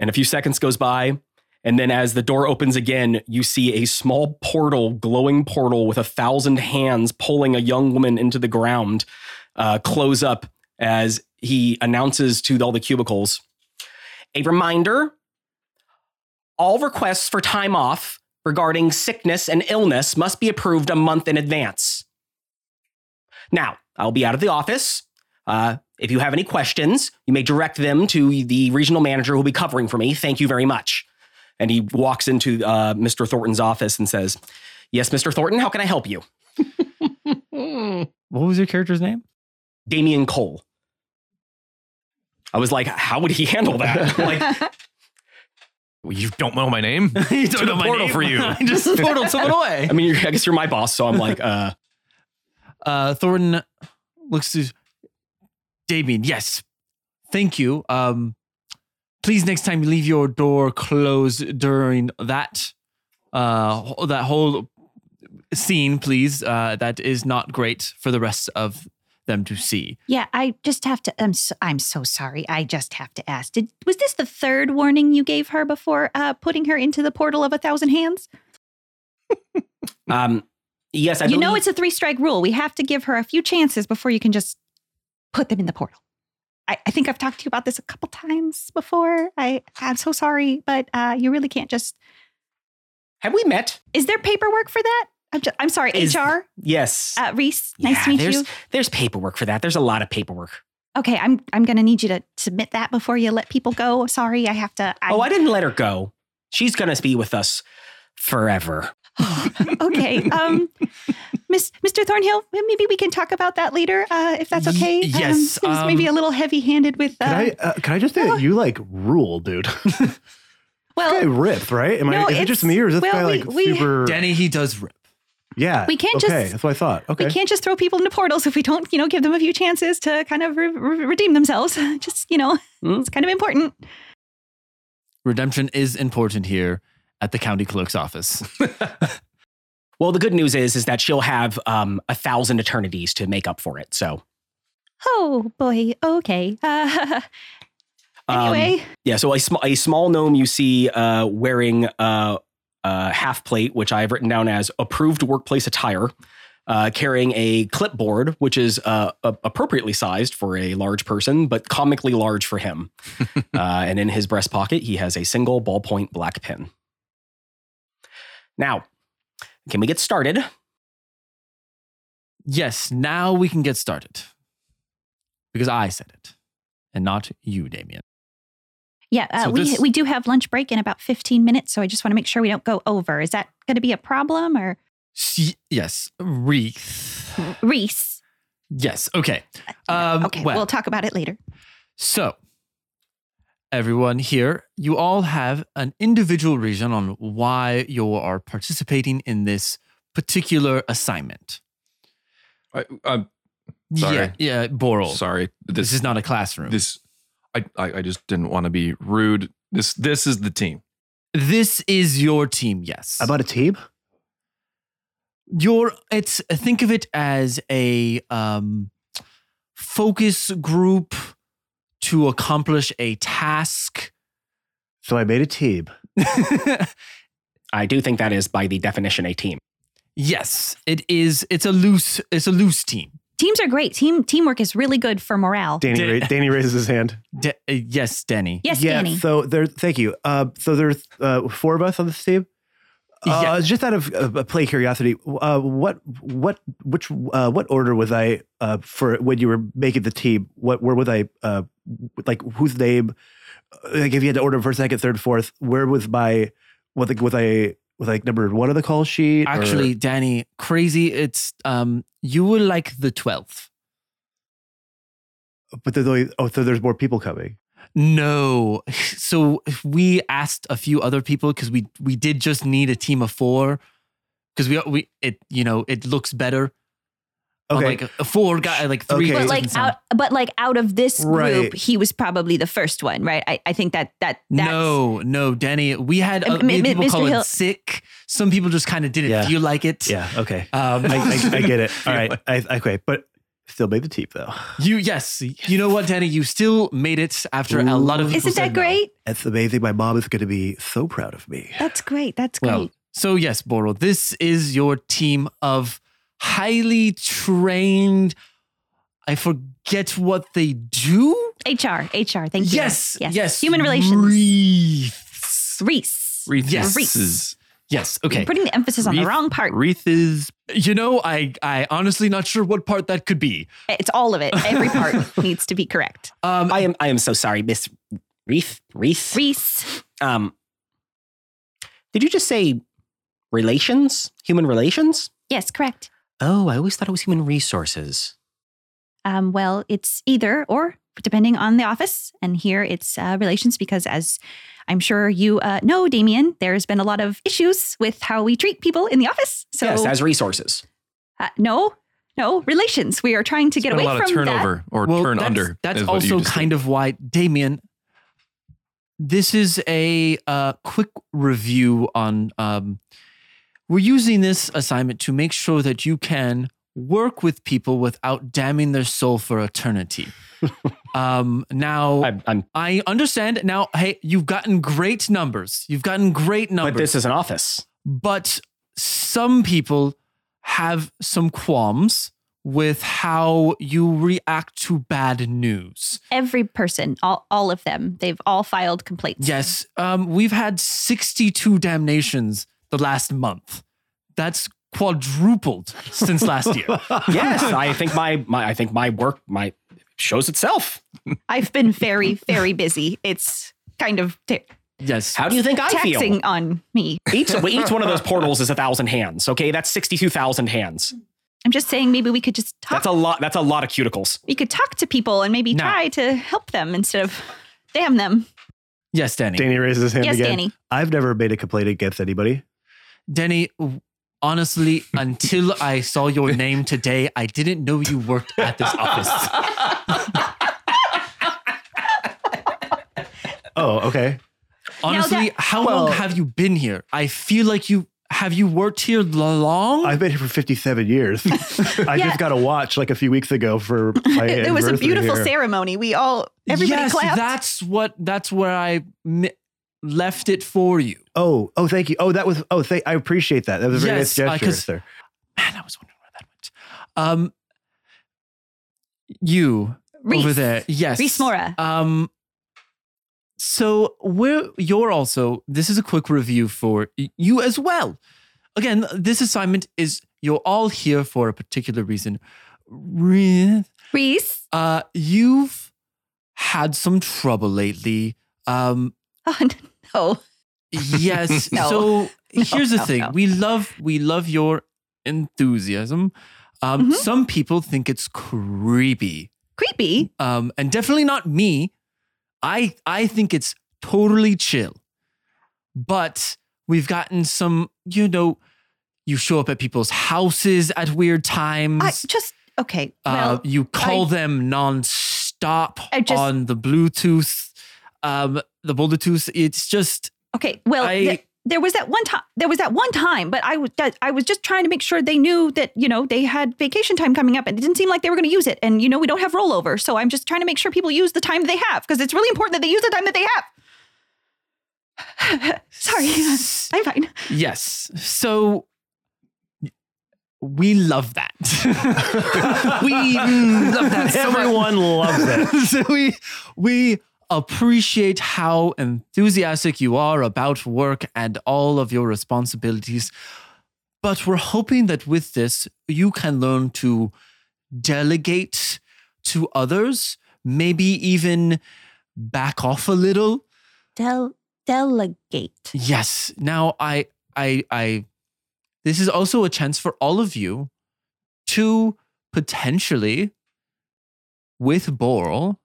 Speaker 3: And a few seconds goes by, and then as the door opens again, you see a small portal, glowing portal with a thousand hands pulling a young woman into the ground, uh, close up as he announces to all the cubicles a reminder all requests for time off regarding sickness and illness must be approved a month in advance. Now, I'll be out of the office. Uh, if you have any questions, you may direct them to the regional manager who will be covering for me. Thank you very much. And he walks into uh, Mr. Thornton's office and says, Yes, Mr. Thornton, how can I help you?
Speaker 2: What was your character's name?
Speaker 3: Damian Cole. I was like, How would he handle that? like,
Speaker 1: Well, you don't know my name.
Speaker 2: you
Speaker 1: To the portal for you.
Speaker 2: I just portaled someone away.
Speaker 3: I mean, you're, I guess you're my boss. So I'm like, uh,
Speaker 2: Uh, Thornton looks to Damien. Yes, thank you. Um, please next time leave your door closed during that uh wh- that whole scene, please. Uh, that is not great for the rest of them to see.
Speaker 9: Yeah, I just have to. I'm so, I'm so sorry. I just have to ask. Did was this the third warning you gave her before uh, putting her into the portal of a thousand hands?
Speaker 3: um, Yes, I
Speaker 9: you know
Speaker 3: believe-
Speaker 9: it's a three strike rule. We have to give her a few chances before you can just put them in the portal. I, I think I've talked to you about this a couple times before. I I'm so sorry, but uh, you really can't just.
Speaker 3: Have we met?
Speaker 9: Is there paperwork for that? I'm, just, I'm sorry,
Speaker 3: Is-
Speaker 9: HR.
Speaker 3: Yes.
Speaker 9: Uh, Reese, nice
Speaker 3: Yeah,
Speaker 9: to meet
Speaker 3: there's,
Speaker 9: you.
Speaker 3: There's paperwork for that. There's a lot of paperwork.
Speaker 9: Okay, I'm I'm gonna need you to submit that before you let people go. Sorry, I have to. I,
Speaker 3: oh, I didn't let her go. She's going to be with us forever.
Speaker 9: okay. Um, Miss Mr. Thornhill, maybe we can talk about that later, uh, if that's
Speaker 2: Y-
Speaker 9: okay.
Speaker 2: yes,
Speaker 9: Um, seems maybe a
Speaker 2: um,
Speaker 9: little heavy-handed with. Uh,
Speaker 7: Can I uh, can I just say that you like rule, dude? this guy
Speaker 9: well,
Speaker 7: ripped, right? Am
Speaker 9: no,
Speaker 7: I? Is it
Speaker 9: it's-
Speaker 7: just me, or is this
Speaker 9: well,
Speaker 7: guy
Speaker 9: we-
Speaker 7: like
Speaker 9: we-
Speaker 7: super?
Speaker 2: Danny, he does rip.
Speaker 7: yeah,
Speaker 9: We can't
Speaker 7: okay,
Speaker 9: just-
Speaker 7: That's what I thought. Okay,
Speaker 9: we can't just throw people into portals if we don't, you know, give them a few chances to kind of re- re- redeem themselves. Just you know,
Speaker 3: Hmm?
Speaker 9: it's kind of important.
Speaker 2: Redemption is important here at the county clerk's office.
Speaker 3: Well, the good news is is that she'll have um, a thousand eternities to make up for it. So
Speaker 6: Oh boy. Okay. Uh,
Speaker 3: um,
Speaker 6: anyway,
Speaker 3: yeah. So a small a small gnome you see uh, wearing uh, a half plate, which I have written down as approved workplace attire, uh, carrying a clipboard, which is uh, a- appropriately sized for a large person, but comically large for him. uh, and in his breast pocket, he has a single ballpoint black pen. Now, can we get started?
Speaker 2: yes, now we can get started. Because I said it and not you, Damien.
Speaker 6: yeah, uh,
Speaker 2: so
Speaker 6: we
Speaker 2: this-
Speaker 6: we do have lunch break in about 15 minutes, so I just want to make sure we don't go over. Is that going to be a problem or
Speaker 2: S- Yes, wreath.
Speaker 6: Reese?
Speaker 2: Yes, okay. Mm. Um,
Speaker 6: okay,
Speaker 2: well,
Speaker 6: we'll talk about it later.
Speaker 2: So, everyone here, you all have an individual reason on why you are participating in this particular assignment.
Speaker 1: I, I'm Sorry.
Speaker 2: Yeah, yeah, Boral.
Speaker 1: sorry.
Speaker 2: This,
Speaker 1: This
Speaker 2: is not a classroom. This,
Speaker 1: this. I, I I just didn't want to be rude. This this is the team.
Speaker 2: is your team, yes.
Speaker 7: About a teeb?
Speaker 2: your it's think of it as a um focus group to accomplish a task.
Speaker 7: So I made a teeb.
Speaker 3: I do think that is by the definition a team.
Speaker 2: yes, it is it's a loose it's a loose team.
Speaker 6: Teams are great. Team teamwork is really good for morale.
Speaker 7: Danny,
Speaker 2: Did-
Speaker 7: ra- Danny raises his hand.
Speaker 2: Da- uh, yes, Denny.
Speaker 6: yes,
Speaker 7: yeah,
Speaker 6: Danny.
Speaker 7: So there, thank you. Uh, so there's uh, four of us on this team. Uh,
Speaker 2: Yeah.
Speaker 7: Just out of uh, play curiosity, uh, what what which uh, what order was I uh, for when you were making the team? What where was I? Uh, like whose name? uh, Like if you had to order first, second, third, fourth, where was my? What like was I? Was like number one on the call sheet? or-
Speaker 2: Actually, Danny, crazy. It's um, you were like the twelfth.
Speaker 7: but there's only oh, so there's more people coming.
Speaker 2: No, so we asked a few other people because we we did just need a team of four because we we it you know it looks better. on,
Speaker 6: Oh
Speaker 7: Okay,
Speaker 2: like a, four guy, like three.
Speaker 7: Okay.
Speaker 2: doesn't
Speaker 6: but like
Speaker 2: sound-
Speaker 6: out, but like out of this group,
Speaker 7: Right.
Speaker 6: he was probably the first one, right? I, I think that that that's,
Speaker 2: no, no, Danny. We had
Speaker 6: Um,
Speaker 2: uh,
Speaker 6: M-
Speaker 2: many
Speaker 6: M-
Speaker 2: people
Speaker 6: Mr.
Speaker 2: call
Speaker 6: Hill-
Speaker 2: it sick. Some people just kind of didn't
Speaker 7: Yeah.
Speaker 2: feel like it.
Speaker 7: yeah, okay,
Speaker 2: Um,
Speaker 7: I, I, I get it. All right, I, I okay, but still made the team though.
Speaker 2: you yes, you know what, Danny? You still made it after a lot of people.
Speaker 6: Isn't
Speaker 2: said
Speaker 6: that
Speaker 2: no.
Speaker 6: great?
Speaker 7: That's amazing. My mom is going to be so proud of me.
Speaker 6: That's great. That's great.
Speaker 2: Well, so yes, Boro, this is your team of highly trained. I forget what they do.
Speaker 6: HR, HR. Thank you.
Speaker 2: Yes, yes,
Speaker 6: Human relations.
Speaker 2: Wreaths.
Speaker 6: Reese.
Speaker 2: Yes.
Speaker 1: Reese's.
Speaker 2: Yes. Okay.
Speaker 6: You're putting the emphasis on the
Speaker 1: Reese-
Speaker 6: wrong part.
Speaker 1: Wreath is
Speaker 2: You know, I I honestly not sure what part that could be.
Speaker 6: It's all of it. Every part needs to be correct.
Speaker 2: Um,
Speaker 3: I am I am so sorry, Miss Reese. Reese.
Speaker 6: Reese.
Speaker 3: Um, did you just say relations? Human relations?
Speaker 6: Yes, correct.
Speaker 3: Oh, I always thought it was human resources.
Speaker 6: Um, well, it's either or, depending on the office. And here it's uh, relations because, as I'm sure you uh, know, Damien, there's been a lot of issues with how we treat people in the office. So,
Speaker 3: yes, as resources.
Speaker 6: uh, no, no, relations. We are trying to get
Speaker 1: been
Speaker 6: away
Speaker 1: a lot
Speaker 6: from
Speaker 1: of
Speaker 6: that.
Speaker 1: turnover or
Speaker 2: well,
Speaker 1: turn
Speaker 2: that's,
Speaker 1: under.
Speaker 2: That's also kind of why, Damien. This is a uh, quick review on. Um, we're using this assignment to make sure that you can work with people without damning their soul for eternity. um, now, i
Speaker 3: I'm, I'm,
Speaker 2: understand. Now, hey, you've gotten great numbers. You've gotten great numbers
Speaker 3: but this is an office.
Speaker 2: but some people have some qualms with how you react to bad news.
Speaker 6: Every person, all, all of them, they've all filed complaints.
Speaker 2: Yes, um, we've had 62 damnations the last month. That's quadrupled since last year.
Speaker 3: Yes, I think my, my I think my work my shows itself.
Speaker 6: I've been very, very busy. It's kind of ta-
Speaker 2: Yes.
Speaker 3: How do you think I
Speaker 6: taxing
Speaker 3: feel?
Speaker 6: on me.
Speaker 3: Each, well, each one of those portals is a thousand hands. Okay, that's sixty-two thousand hands.
Speaker 6: I'm just saying maybe we could just talk.
Speaker 3: That's a lot. That's a lot of cuticles.
Speaker 6: we could talk to people and maybe
Speaker 2: No.
Speaker 6: try to help them instead of damn them.
Speaker 2: yes, Danny. Danny.
Speaker 7: Danny raises his hand
Speaker 6: yes,
Speaker 7: again.
Speaker 6: Danny.
Speaker 7: I've never made a complaint against anybody.
Speaker 2: w- honestly, until I saw your name today, I didn't know you worked at this office.
Speaker 7: Oh, okay.
Speaker 2: Honestly, how long
Speaker 7: well-
Speaker 2: have you been here? I feel like you have you worked here l- long.
Speaker 7: I've been here for 57 years. I
Speaker 6: Yeah.
Speaker 7: just got a watch like a few weeks ago for my
Speaker 6: It, it was a
Speaker 7: anniversary
Speaker 6: beautiful
Speaker 7: here.
Speaker 6: ceremony. We all everybody
Speaker 2: yes,
Speaker 6: clapped.
Speaker 2: that's what that's where I mi- left it for you.
Speaker 7: Oh, oh, thank you. Oh, that was, oh, thank, I appreciate that. That was a very
Speaker 2: Yes, uh,
Speaker 7: nice
Speaker 2: 'cause-
Speaker 7: gesture.
Speaker 2: Man, I was wondering where that went. Um, you
Speaker 6: Reese.
Speaker 2: over there, yes,
Speaker 6: Reese Mora.
Speaker 2: Um, so we're you're also this is a quick review for y- you as well. Again, this assignment is you're all here for a particular reason. Re-
Speaker 6: Reese.
Speaker 2: Uh, you've had some trouble lately. Um,
Speaker 6: Oh, n- no.
Speaker 2: yes.
Speaker 6: No.
Speaker 2: So here's the
Speaker 6: no,
Speaker 2: thing:
Speaker 6: no.
Speaker 2: we love we love your enthusiasm. Um,
Speaker 6: Mhm.
Speaker 2: Some people think it's creepy,
Speaker 6: Creepy.
Speaker 2: um, and definitely not me. I I think it's totally chill, but we've gotten some. You know, you show up at people's houses at weird times.
Speaker 6: I just okay.
Speaker 2: Mm. Uh
Speaker 6: Well,
Speaker 2: you call them nonstop
Speaker 6: I just-
Speaker 2: on the Bluetooth. Um, the Bluetooth. It's just
Speaker 6: okay. Well,
Speaker 2: I-
Speaker 6: th- there was that one time. There was that one time, but I was that- I was just trying to make sure they knew that you know they had vacation time coming up, and it didn't seem like they were going to use it. And you know we don't have rollover, so I'm just trying to make sure people use the time they have because it's really important that they use the time that they have. Sorry,
Speaker 2: s-
Speaker 6: I'm fine.
Speaker 2: yes. So we love that. we love that. so much.
Speaker 7: Everyone loves it.
Speaker 2: so we we appreciate how enthusiastic you are about work and all of your responsibilities. But we're hoping that with this, you can learn to delegate to others, maybe even back off a little.
Speaker 9: Del- delegate.
Speaker 2: Yes. Now I I I this is also a chance for all of you to potentially with Boral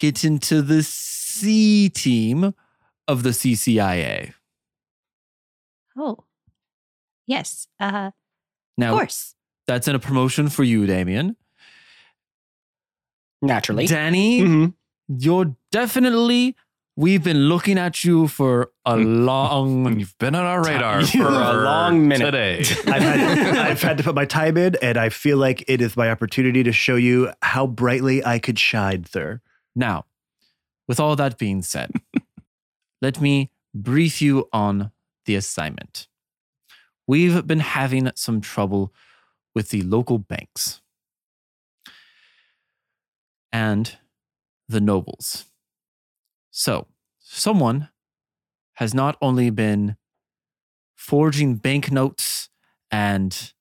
Speaker 2: get into the C team of the CCIA.
Speaker 9: Oh, yes. Uh,
Speaker 2: Now
Speaker 9: of course.
Speaker 2: that's in a promotion for you, Damien.
Speaker 3: Naturally.
Speaker 2: Danny,
Speaker 3: Mhm.
Speaker 2: you're definitely we've been looking at you for a long
Speaker 1: You've been on our radar
Speaker 3: You
Speaker 1: for
Speaker 3: are a long minute.
Speaker 1: today.
Speaker 7: I've had, I've had to put my time in, and I feel like it is my opportunity to show you how brightly I could shine, sir.
Speaker 2: Now, with all that being said, let me brief you on the assignment. We've been having some trouble with the local banks and the nobles. So, someone has not only been forging banknotes and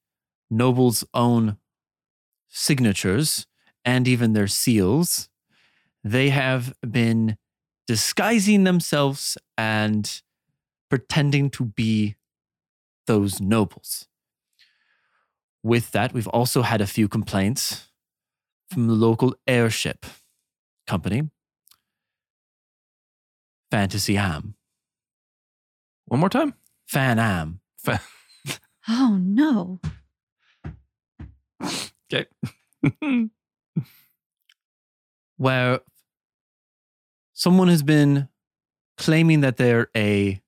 Speaker 2: nobles' own signatures and even their seals they have been disguising themselves and pretending to be those nobles. With that, we've also had a few complaints from the local airship company, Fantasy Am,
Speaker 1: One more time.
Speaker 2: Fan Am.
Speaker 9: Oh no.
Speaker 1: Okay.
Speaker 2: where someone has been claiming that they're a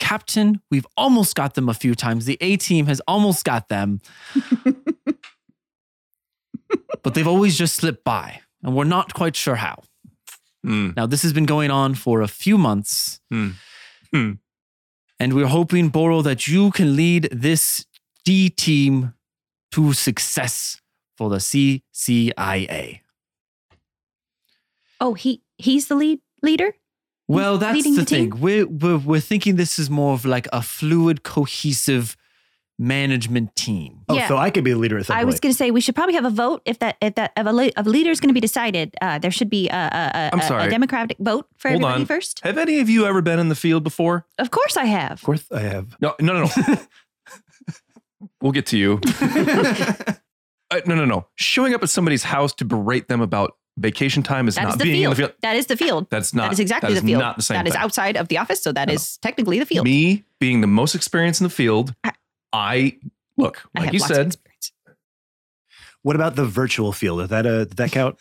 Speaker 2: captain. We've almost got them a few times. The A team has almost got them. but they've always just slipped by, and we're not quite sure how.
Speaker 1: Hmm.
Speaker 2: Now, this has been going on for a few months.
Speaker 1: Hmm. Hmm.
Speaker 2: And we're hoping, Boro, that you can lead this D team to success for the CCIA.
Speaker 9: Oh, he he's the lead leader.
Speaker 2: Well, that's
Speaker 9: leading
Speaker 2: the,
Speaker 9: the
Speaker 2: thing.
Speaker 9: team?
Speaker 2: We're, we're, we're thinking this is more of like a fluid, cohesive management team.
Speaker 7: Oh,
Speaker 9: Yeah.
Speaker 7: so I could be the leader at some
Speaker 9: I
Speaker 7: point.
Speaker 9: was going to say we should probably have a vote if that if that if a, le- of leader is going to be decided. Uh, there should be a, a,
Speaker 1: I'm
Speaker 9: a, a
Speaker 1: sorry.
Speaker 9: democratic vote for
Speaker 1: Hold
Speaker 9: everybody
Speaker 1: on.
Speaker 9: first.
Speaker 1: Have any of you ever been in the field before?
Speaker 9: Of course, I have.
Speaker 7: of course, I have.
Speaker 1: No, no, no, no. we'll get to you. Uh, no, no, no. Showing up at somebody's house to berate them about vacation time is
Speaker 6: That is
Speaker 1: not
Speaker 6: the
Speaker 1: being in the
Speaker 6: field.
Speaker 1: field.
Speaker 6: That is the field.
Speaker 1: That's not.
Speaker 6: that is exactly
Speaker 1: that is
Speaker 6: the field. That
Speaker 1: Not the
Speaker 6: is
Speaker 1: same. thing.
Speaker 6: outside of the office, so that is
Speaker 1: No, no.
Speaker 6: technically the field.
Speaker 1: Me being the most experienced in the field, I,
Speaker 6: I-
Speaker 1: look
Speaker 6: I
Speaker 1: like
Speaker 6: have
Speaker 1: you
Speaker 6: lots of
Speaker 1: said.
Speaker 6: experience.
Speaker 7: What about the virtual field? Is that a, did that count?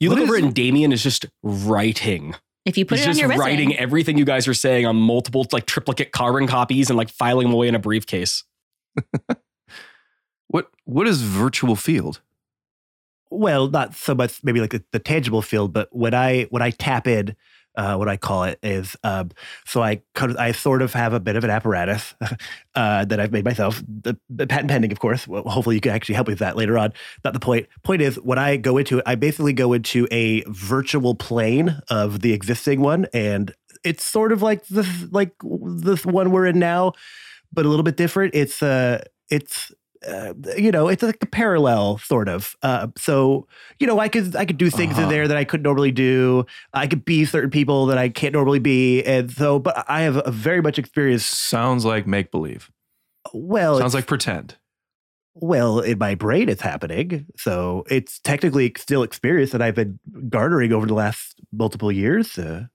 Speaker 3: You
Speaker 1: What
Speaker 3: look
Speaker 1: is-
Speaker 3: over and Damien is just writing.
Speaker 6: If you put
Speaker 3: He's
Speaker 6: it on
Speaker 3: just
Speaker 6: your resume,
Speaker 3: writing everything you guys are saying on multiple like triplicate carbon copies and like filing them away in a briefcase.
Speaker 1: What what is virtual field?
Speaker 7: well not so much maybe like the, the tangible field but what i what i tap in uh, what i call it is um, so i kind of- i sort of have a bit of an apparatus uh, that i've made myself the, the patent pending of course well, hopefully you can actually help me with that later on not the point point is when i go into it i basically go into a virtual plane of the existing one and it's sort of like this like this one we're in now but a little bit different it's uh it's uh, you know, it's like a parallel sort of. Uh, so you know, I could I could do things in
Speaker 1: Uh-huh.
Speaker 7: there that I could normally do. I could be certain people that I can't normally be, and so. But I have a very much experience.
Speaker 1: Sounds like make believe.
Speaker 3: Oh,
Speaker 7: Well,
Speaker 1: Sounds
Speaker 7: it's-
Speaker 1: like pretend.
Speaker 7: well in my brain it's happening, so it's technically still experience that I've been garnering over the last multiple years. Uh,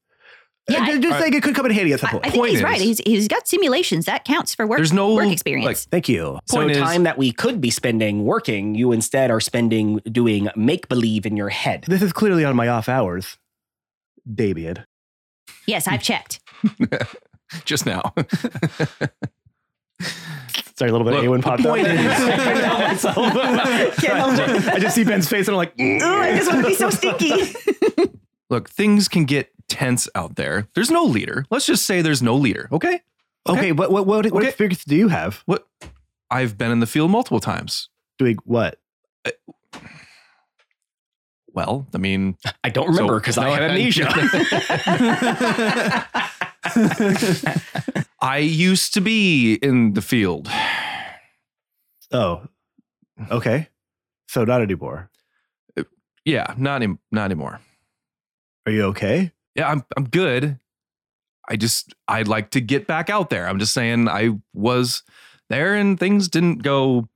Speaker 6: Yeah,
Speaker 7: I'm
Speaker 6: I-
Speaker 7: just saying it could come in handy at some
Speaker 6: I,
Speaker 7: point.
Speaker 6: I think
Speaker 1: point
Speaker 6: he's
Speaker 1: is-
Speaker 6: right. He's, he's got simulations. That counts for work,
Speaker 1: There's no
Speaker 6: work experience.
Speaker 1: like-
Speaker 7: Thank you.
Speaker 1: Point is-
Speaker 3: so time that we could be spending working, you instead are spending doing make believe in your head.
Speaker 7: This is clearly on my off hours, Damien.
Speaker 6: yes, I've checked.
Speaker 1: Just now.
Speaker 7: Sorry, a little bit
Speaker 1: Look,
Speaker 7: of A1
Speaker 1: the
Speaker 7: popped
Speaker 1: point
Speaker 7: up.
Speaker 1: is-
Speaker 7: I couldn't help myself. I just see Ben's face and I'm like, "Mm."
Speaker 9: I just want to be so stinky.
Speaker 1: Look, things can get tense out there. There's no leader. Let's just say there's no leader, okay?
Speaker 7: Okay, what what what, what
Speaker 1: Okay.
Speaker 7: experience do you have
Speaker 1: I've been in the field multiple times.
Speaker 7: doing what?
Speaker 1: Well, I mean,
Speaker 3: I don't remember because I have amnesia.
Speaker 1: I used to be in the field.
Speaker 7: Oh, okay. So not anymore.
Speaker 1: Yeah, not in, not anymore.
Speaker 7: Are you okay?
Speaker 1: Yeah, I'm I'm good. I just I'd like to get back out there. I'm just saying I was there and things didn't go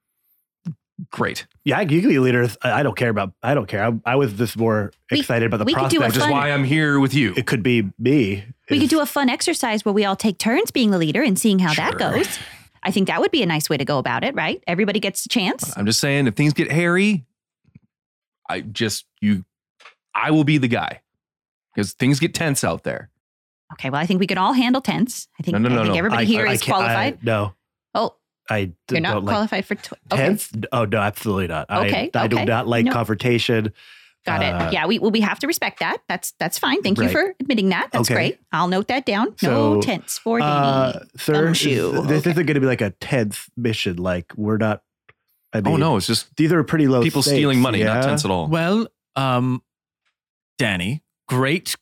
Speaker 1: great.
Speaker 7: Yeah, you can be a leader. I I don't care about. I don't care. I, I was just more
Speaker 6: We-
Speaker 7: excited about the
Speaker 6: we could do a
Speaker 7: prospect.
Speaker 1: Which is
Speaker 6: fun-
Speaker 1: why I'm here with you.
Speaker 7: it could be me.
Speaker 6: We could do a fun exercise where we all take turns being the leader and seeing how
Speaker 1: Sure.
Speaker 6: that goes. I think that would be a nice way to go about it, right? Everybody gets a chance.
Speaker 1: I'm just saying if things get hairy, I just you I will be the guy. Because things get tense out there.
Speaker 6: Okay, well, I think we can all handle tense. I think,
Speaker 1: No, no, no,
Speaker 6: I think
Speaker 1: no.
Speaker 6: everybody here is
Speaker 7: can't-
Speaker 6: qualified.
Speaker 7: no,
Speaker 6: oh,
Speaker 7: I
Speaker 6: you're
Speaker 7: don't
Speaker 6: not
Speaker 7: like
Speaker 6: qualified for. Tw- okay,
Speaker 7: tense. Oh no, absolutely not.
Speaker 6: Okay,
Speaker 7: I, I
Speaker 6: okay.
Speaker 7: do not like
Speaker 6: No.
Speaker 7: confrontation.
Speaker 6: got
Speaker 7: uh,
Speaker 6: it. Yeah, we well, we have to respect that. That's that's fine. Thank you
Speaker 7: Right.
Speaker 6: for admitting that. That's
Speaker 7: Okay.
Speaker 6: great. I'll note that down.
Speaker 7: So,
Speaker 6: no tense for Danny.
Speaker 7: Uh, sir, this,
Speaker 6: Gumshoe.
Speaker 7: this
Speaker 6: Okay.
Speaker 7: isn't going to be like a tense mission. Like we're not. I mean,
Speaker 1: oh no, it's just
Speaker 7: these are pretty low.
Speaker 1: people
Speaker 7: stakes,
Speaker 1: stealing money,
Speaker 7: yeah?
Speaker 1: not tense at all.
Speaker 2: Well, um, Danny, great,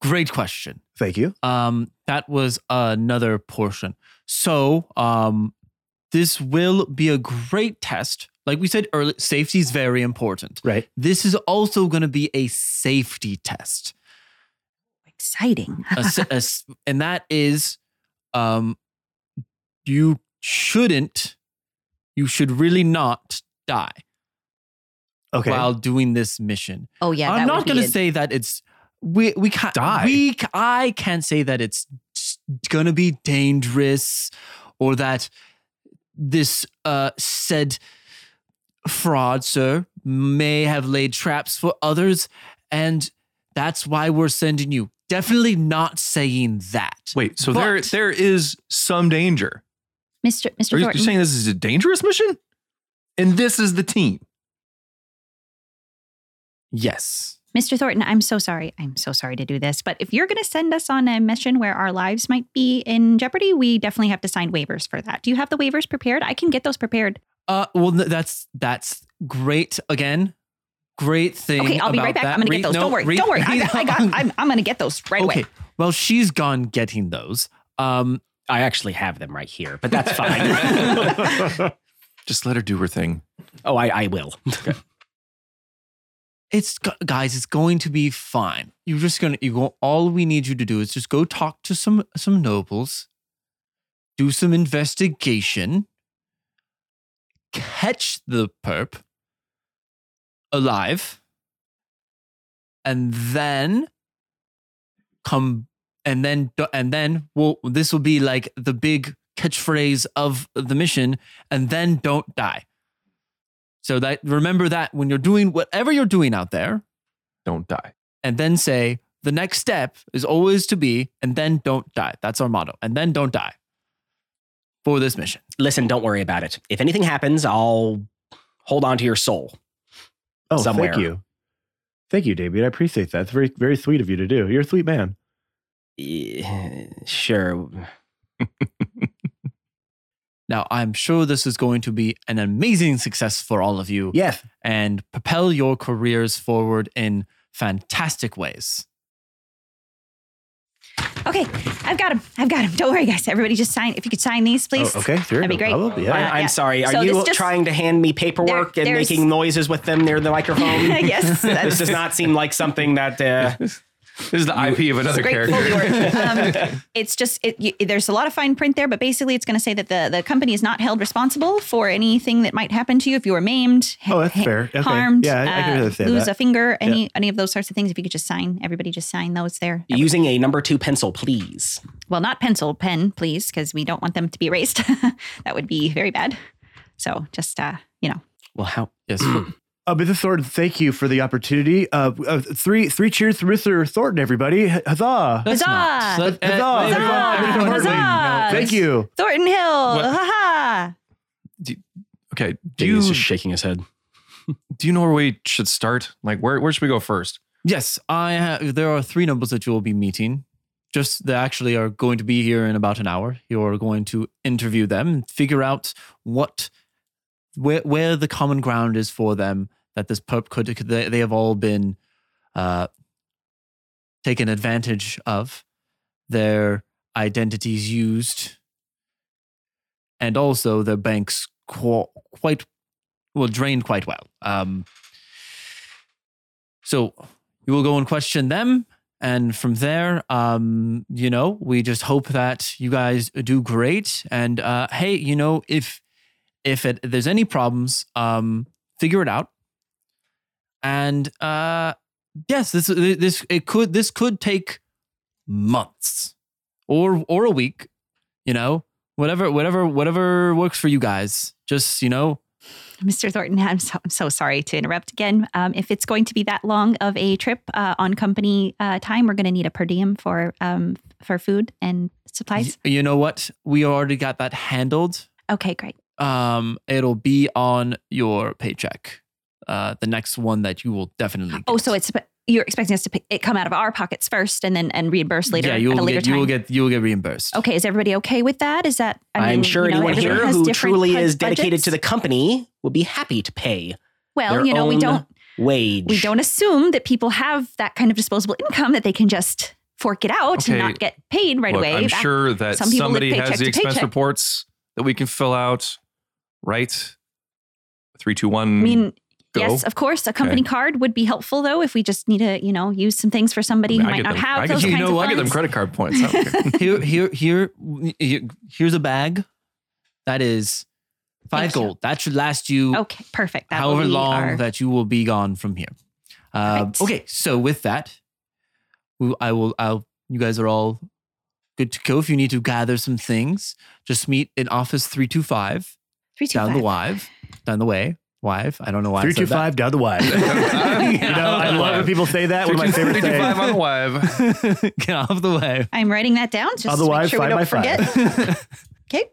Speaker 2: great question.
Speaker 7: Thank you.
Speaker 2: Um, that was another portion. So, um, this will be a great test. Like we said earlier, safety is very important.
Speaker 7: Right.
Speaker 2: This is also going to be a safety test.
Speaker 6: Exciting.
Speaker 2: A s- a s- and that is um you shouldn't you should really not die
Speaker 7: Okay.
Speaker 2: while doing this mission
Speaker 6: Oh yeah,
Speaker 2: i'm
Speaker 6: that
Speaker 2: not
Speaker 6: would be
Speaker 2: gonna
Speaker 6: it.
Speaker 2: say that it's we we can't
Speaker 1: Die.
Speaker 2: we ca- i can't say that it's s- gonna be dangerous or that this uh said fraudster may have laid traps for others and that's why we're sending you definitely not saying that
Speaker 1: Wait, so
Speaker 2: But-
Speaker 1: there there is some danger.
Speaker 6: Mr.
Speaker 1: Are
Speaker 6: Mr.
Speaker 1: you
Speaker 6: Thornton.
Speaker 1: you're saying this is a dangerous mission? And this is the team.
Speaker 2: yes
Speaker 6: Mr. Thornton, I'm so sorry. I'm so sorry to do this, but if you're going to send us on a mission where our lives might be in jeopardy, we definitely have to sign waivers for that. Do you have the waivers prepared? I can get those prepared.
Speaker 2: Uh, well, th- that's that's great. Again, great thing.
Speaker 6: Okay, I'll be
Speaker 2: about
Speaker 6: right back.
Speaker 2: that.
Speaker 6: I'm going to
Speaker 2: Read-
Speaker 6: get those.
Speaker 2: no,
Speaker 6: don't worry.
Speaker 2: read-
Speaker 6: don't worry. I, got- I got.
Speaker 2: Okay,
Speaker 6: I'm, I'm going to get those right
Speaker 2: okay.
Speaker 6: away.
Speaker 2: Well, she's gone getting those. Um,
Speaker 3: I actually have them right here, but that's fine.
Speaker 1: Just let her do her thing.
Speaker 3: oh, I, I will.
Speaker 2: it's go- guys, it's going to be fine. You're just gonna. You go. All we need you to do is just go talk to some some nobles, do some investigation, catch the perp alive, and then come and then and then well this will be like the big catchphrase of the mission and then don't die so that remember that when you're doing whatever you're doing out there
Speaker 1: Don't die.
Speaker 2: and then say The next step is always to be, and then don't die. That's our motto. And then don't die for this mission.
Speaker 3: Listen, don't worry about it. If anything happens, I'll hold on to your soul.
Speaker 7: Oh,
Speaker 3: somewhere.
Speaker 7: thank you. Thank you, David. I appreciate that. It's very, very sweet of you to do. You're a sweet man.
Speaker 3: Eh, Sure.
Speaker 2: Now, I'm sure this is going to be an amazing success for all of you
Speaker 7: Yes.
Speaker 2: and propel your careers forward in fantastic ways.
Speaker 6: Okay, I've got him. I've got him. Don't worry, guys. Everybody just sign. If you could sign these, please.
Speaker 7: Oh, okay, sure.
Speaker 6: That'd be
Speaker 7: no
Speaker 6: great.
Speaker 7: problem. Yeah.
Speaker 3: I,
Speaker 6: Yeah,
Speaker 3: I'm
Speaker 6: yeah.
Speaker 3: sorry. Are
Speaker 6: So
Speaker 3: you
Speaker 6: this just-
Speaker 3: trying to hand me paperwork
Speaker 6: There-
Speaker 3: and
Speaker 6: there's-
Speaker 3: making noises with them near the microphone? this
Speaker 6: yes. That's
Speaker 3: does not seem like something that. Uh,
Speaker 1: This is the IP of another
Speaker 6: great
Speaker 1: character.
Speaker 6: Foley work. Um, it's just it, you, there's a lot of fine print there, but basically it's going to say that the the company is not held responsible for anything that might happen to you if you were maimed, ha-
Speaker 7: Oh, that's
Speaker 6: ha-
Speaker 7: fair. Okay.
Speaker 6: harmed,
Speaker 7: Yeah, I- I can
Speaker 6: uh,
Speaker 7: understand
Speaker 6: lose
Speaker 7: that.
Speaker 6: a finger, any any of those sorts of things. If you could just sign, everybody just sign those there.
Speaker 3: using a number two pencil, please.
Speaker 6: Well, not pencil, pen, please, because we don't want them to be erased. that would be very bad. So just uh, you know,
Speaker 2: Well, how? Yes. for-
Speaker 7: Uh, but Thornton, thank you for the opportunity. Uh, uh, three, three cheers for Mr. Thornton, everybody. H- Huzzah!
Speaker 2: Let's not.
Speaker 6: Huzzah!
Speaker 2: Let- eh,
Speaker 7: Huzzah!
Speaker 2: wait, wait,
Speaker 7: Huzzah!
Speaker 2: wait, wait, wait,
Speaker 7: Huzzah!
Speaker 2: wait, no,
Speaker 7: Thank you.
Speaker 6: Thornton Hill,
Speaker 1: What?
Speaker 6: haha.
Speaker 1: Okay. Do you,
Speaker 3: shaking his head.
Speaker 1: do you know where we should start? Like, where, where should we go first?
Speaker 2: Yes, I have. There are three numbers that you will be meeting. Just that actually are going to be here in about an hour. You are going to interview them, and figure out what where where the common ground is for them. That this perp could could- they, they have all been uh, taken advantage of, their identities used, and also their banks qu- quite well drained quite well. Um, so you will go and question them. And from there, um, you know, we just hope that you guys do great. And uh, hey, you know, if if it, there's any problems, um, figure it out. And uh, yes, this this it could this could take months or or a week, you know, whatever whatever whatever works for you guys. Just you know,
Speaker 6: Mr. Thornton, I'm so, I'm so sorry to interrupt again. Um, if it's going to be that long of a trip uh, on company uh, time, we're going to need a per diem for um, for food and
Speaker 2: y-
Speaker 6: supplies.
Speaker 2: you know what we already got that handled.
Speaker 6: Okay, great.
Speaker 2: um, it'll be on your paycheck. Uh, the next one that you will definitely. Get.
Speaker 6: Oh, so it's you're expecting us to pick, it come out of our pockets first and then and reimburse later
Speaker 2: Yeah,
Speaker 6: at
Speaker 2: you
Speaker 6: a
Speaker 2: will
Speaker 6: later
Speaker 2: get
Speaker 6: time.
Speaker 2: you will get you will get reimbursed.
Speaker 6: okay, is everybody okay with that? Is that
Speaker 3: I am sure
Speaker 6: you know,
Speaker 3: anyone
Speaker 6: everyone
Speaker 3: here
Speaker 6: has
Speaker 3: who
Speaker 6: different
Speaker 3: truly
Speaker 6: bud-
Speaker 3: is dedicated to the
Speaker 6: budgets.
Speaker 3: company will be happy to pay
Speaker 6: well,
Speaker 3: their
Speaker 6: you know, we
Speaker 3: own
Speaker 6: don't
Speaker 3: wage.
Speaker 6: we don't assume that people have that kind of disposable income that they can just fork it out
Speaker 1: Okay.
Speaker 6: and not get paid right
Speaker 1: Look,
Speaker 6: away.
Speaker 1: I'm
Speaker 6: That-
Speaker 1: sure that
Speaker 6: some people live
Speaker 1: somebody has
Speaker 6: paycheck
Speaker 1: the
Speaker 6: to
Speaker 1: expense
Speaker 6: paycheck.
Speaker 1: reports that we can fill out, right? Three, two, one.
Speaker 6: I mean,
Speaker 1: go.
Speaker 6: yes, of course, a company card would be helpful though if we just need to, you know, use some things for
Speaker 1: I
Speaker 6: somebody who might
Speaker 1: get
Speaker 6: not
Speaker 1: them-
Speaker 6: have
Speaker 1: I get
Speaker 6: those
Speaker 1: them-
Speaker 6: kinds
Speaker 1: you know,
Speaker 6: of
Speaker 1: I get them
Speaker 6: funds.
Speaker 1: credit card points. I don't care.
Speaker 2: here, here, here, here- Here's a bag. That is five
Speaker 6: Thank you.
Speaker 2: gold. That should last you
Speaker 6: Okay, perfect. Oh, That
Speaker 2: however
Speaker 6: will be
Speaker 2: long
Speaker 6: our-
Speaker 2: that you will be gone from here. Um,
Speaker 6: Perfect.
Speaker 2: okay, so with that, we, I will. I'll. You guys are all good to go. If you need to gather some things, just meet in office three two five
Speaker 6: three, two,
Speaker 2: down the
Speaker 6: five.
Speaker 2: wive, down the way, wive. I don't know why. I
Speaker 7: Three,
Speaker 2: said
Speaker 7: two,
Speaker 2: that.
Speaker 7: five, down the wide. you know, I love when people say that. One of my favorite
Speaker 1: Three, two, five
Speaker 7: things.
Speaker 1: on the wave.
Speaker 2: Get off the way.
Speaker 6: I'm writing that down just to
Speaker 7: Otherwise,
Speaker 6: make sure we
Speaker 7: five
Speaker 6: don't
Speaker 7: by
Speaker 6: forget.
Speaker 7: five.
Speaker 6: Okay,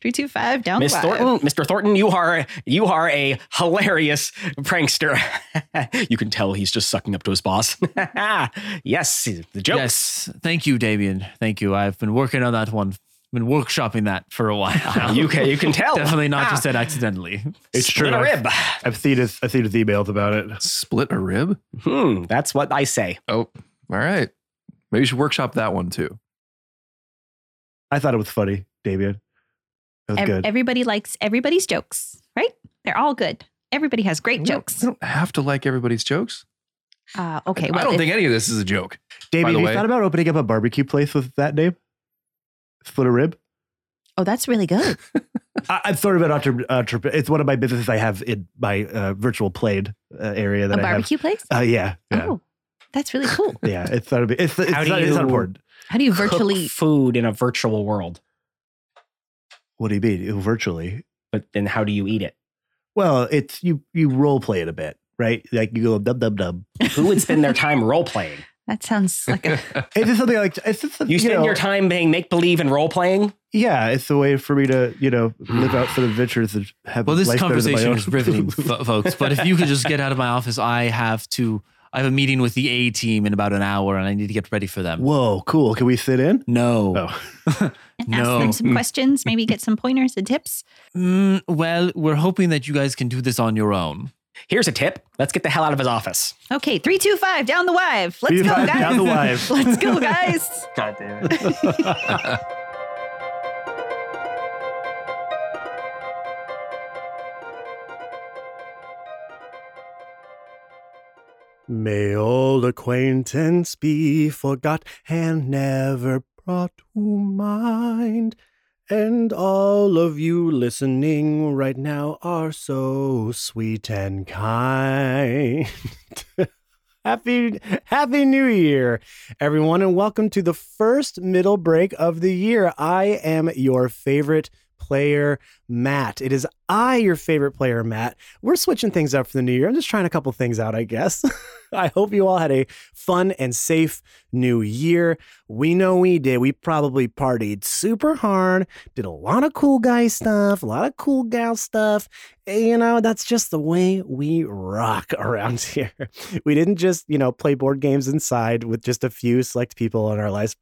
Speaker 6: three, two, five down
Speaker 3: Miss
Speaker 6: the
Speaker 3: Thornton, Mr. Thornton, you are you are a hilarious prankster. you can tell he's just sucking up to his boss. yes, the jokes.
Speaker 2: Yes. Thank you, Damien. Thank you. I've been working on that one. been workshopping that for a while. now.
Speaker 3: You can you can tell.
Speaker 2: Definitely not
Speaker 3: Ah,
Speaker 2: just said accidentally.
Speaker 7: It's
Speaker 3: split
Speaker 7: true.
Speaker 3: A
Speaker 7: I've,
Speaker 3: rib.
Speaker 7: I've seen his, I've seen his emails about it.
Speaker 1: Split a rib?
Speaker 3: Hmm, that's what I say.
Speaker 1: Oh, all right. Maybe you should workshop that one too.
Speaker 7: I thought it was funny, Damien. That was
Speaker 6: Ev-
Speaker 7: good.
Speaker 6: Everybody likes everybody's jokes, right? They're all good. Everybody has great
Speaker 1: We don't-
Speaker 6: jokes.
Speaker 1: We don't have to like everybody's jokes.
Speaker 6: Uh, okay, well,
Speaker 1: I don't
Speaker 6: if-
Speaker 1: think any of this is a joke. by
Speaker 7: Damien,
Speaker 1: the
Speaker 7: have you
Speaker 1: way-
Speaker 7: thought about opening up a barbecue place with that name? Split a rib?
Speaker 6: oh, that's really good.
Speaker 7: I, I've thought about entrep- entrep- It's one of my businesses I have in my uh, virtual played uh, area
Speaker 6: A
Speaker 7: that I have.
Speaker 6: barbecue place?
Speaker 7: Uh, yeah, yeah,
Speaker 6: Oh, that's really cool.
Speaker 7: yeah. It's not. A, big- it's it's,
Speaker 3: How
Speaker 7: not,
Speaker 3: do
Speaker 7: it's not
Speaker 3: you-
Speaker 7: important.
Speaker 6: How do you
Speaker 3: Cook
Speaker 6: virtually?
Speaker 3: food in a virtual world,
Speaker 7: What do you mean Ew, virtually?
Speaker 3: but then how do you eat it?
Speaker 7: Well, it's you. You role play it a bit, right? Like you go dub dub dub.
Speaker 3: Who would spend their time role playing?
Speaker 6: That sounds like a
Speaker 7: It's just something like it's just,
Speaker 3: You spend
Speaker 7: know,
Speaker 3: your time being make believe and role playing.
Speaker 7: Yeah, it's a way for me to you know live out for the adventures and have.
Speaker 2: Well,
Speaker 7: a
Speaker 2: this
Speaker 7: life better than my
Speaker 2: conversation
Speaker 7: own.
Speaker 2: is riveting, fo- folks. But if you could just get out of my office, I have to. I have a meeting with the A team in about an hour, and I need to get ready for them.
Speaker 7: Whoa, cool! Can we sit in?
Speaker 2: No.
Speaker 7: Oh.
Speaker 6: ask
Speaker 2: no.
Speaker 6: them some questions, maybe get some pointers and tips.
Speaker 2: Mm, well, we're hoping that you guys can do this on your own.
Speaker 3: Here's a tip. Let's get the hell out of his office.
Speaker 6: Okay, three, two, five, down the wive. Let's
Speaker 7: Three,
Speaker 6: go,
Speaker 7: five,
Speaker 6: guys.
Speaker 7: down the wives.
Speaker 6: Let's go, guys.
Speaker 3: God damn it.
Speaker 7: May old acquaintance be forgot and never brought to mind. And all of you listening right now are so sweet and kind. happy Happy New Year, everyone, and welcome to the first middle break of the year. I am your favorite player, Matt. It is I, your favorite player, Matt we're switching things up for the new year. I'm just trying a couple things out, I guess. I hope you all had a fun and safe new year. We know we did. We probably partied super hard, did a lot of cool guy stuff, a lot of cool gal stuff. And, You know, that's just the way we rock around here. We didn't just, you know, play board games inside with just a few select people in our lives.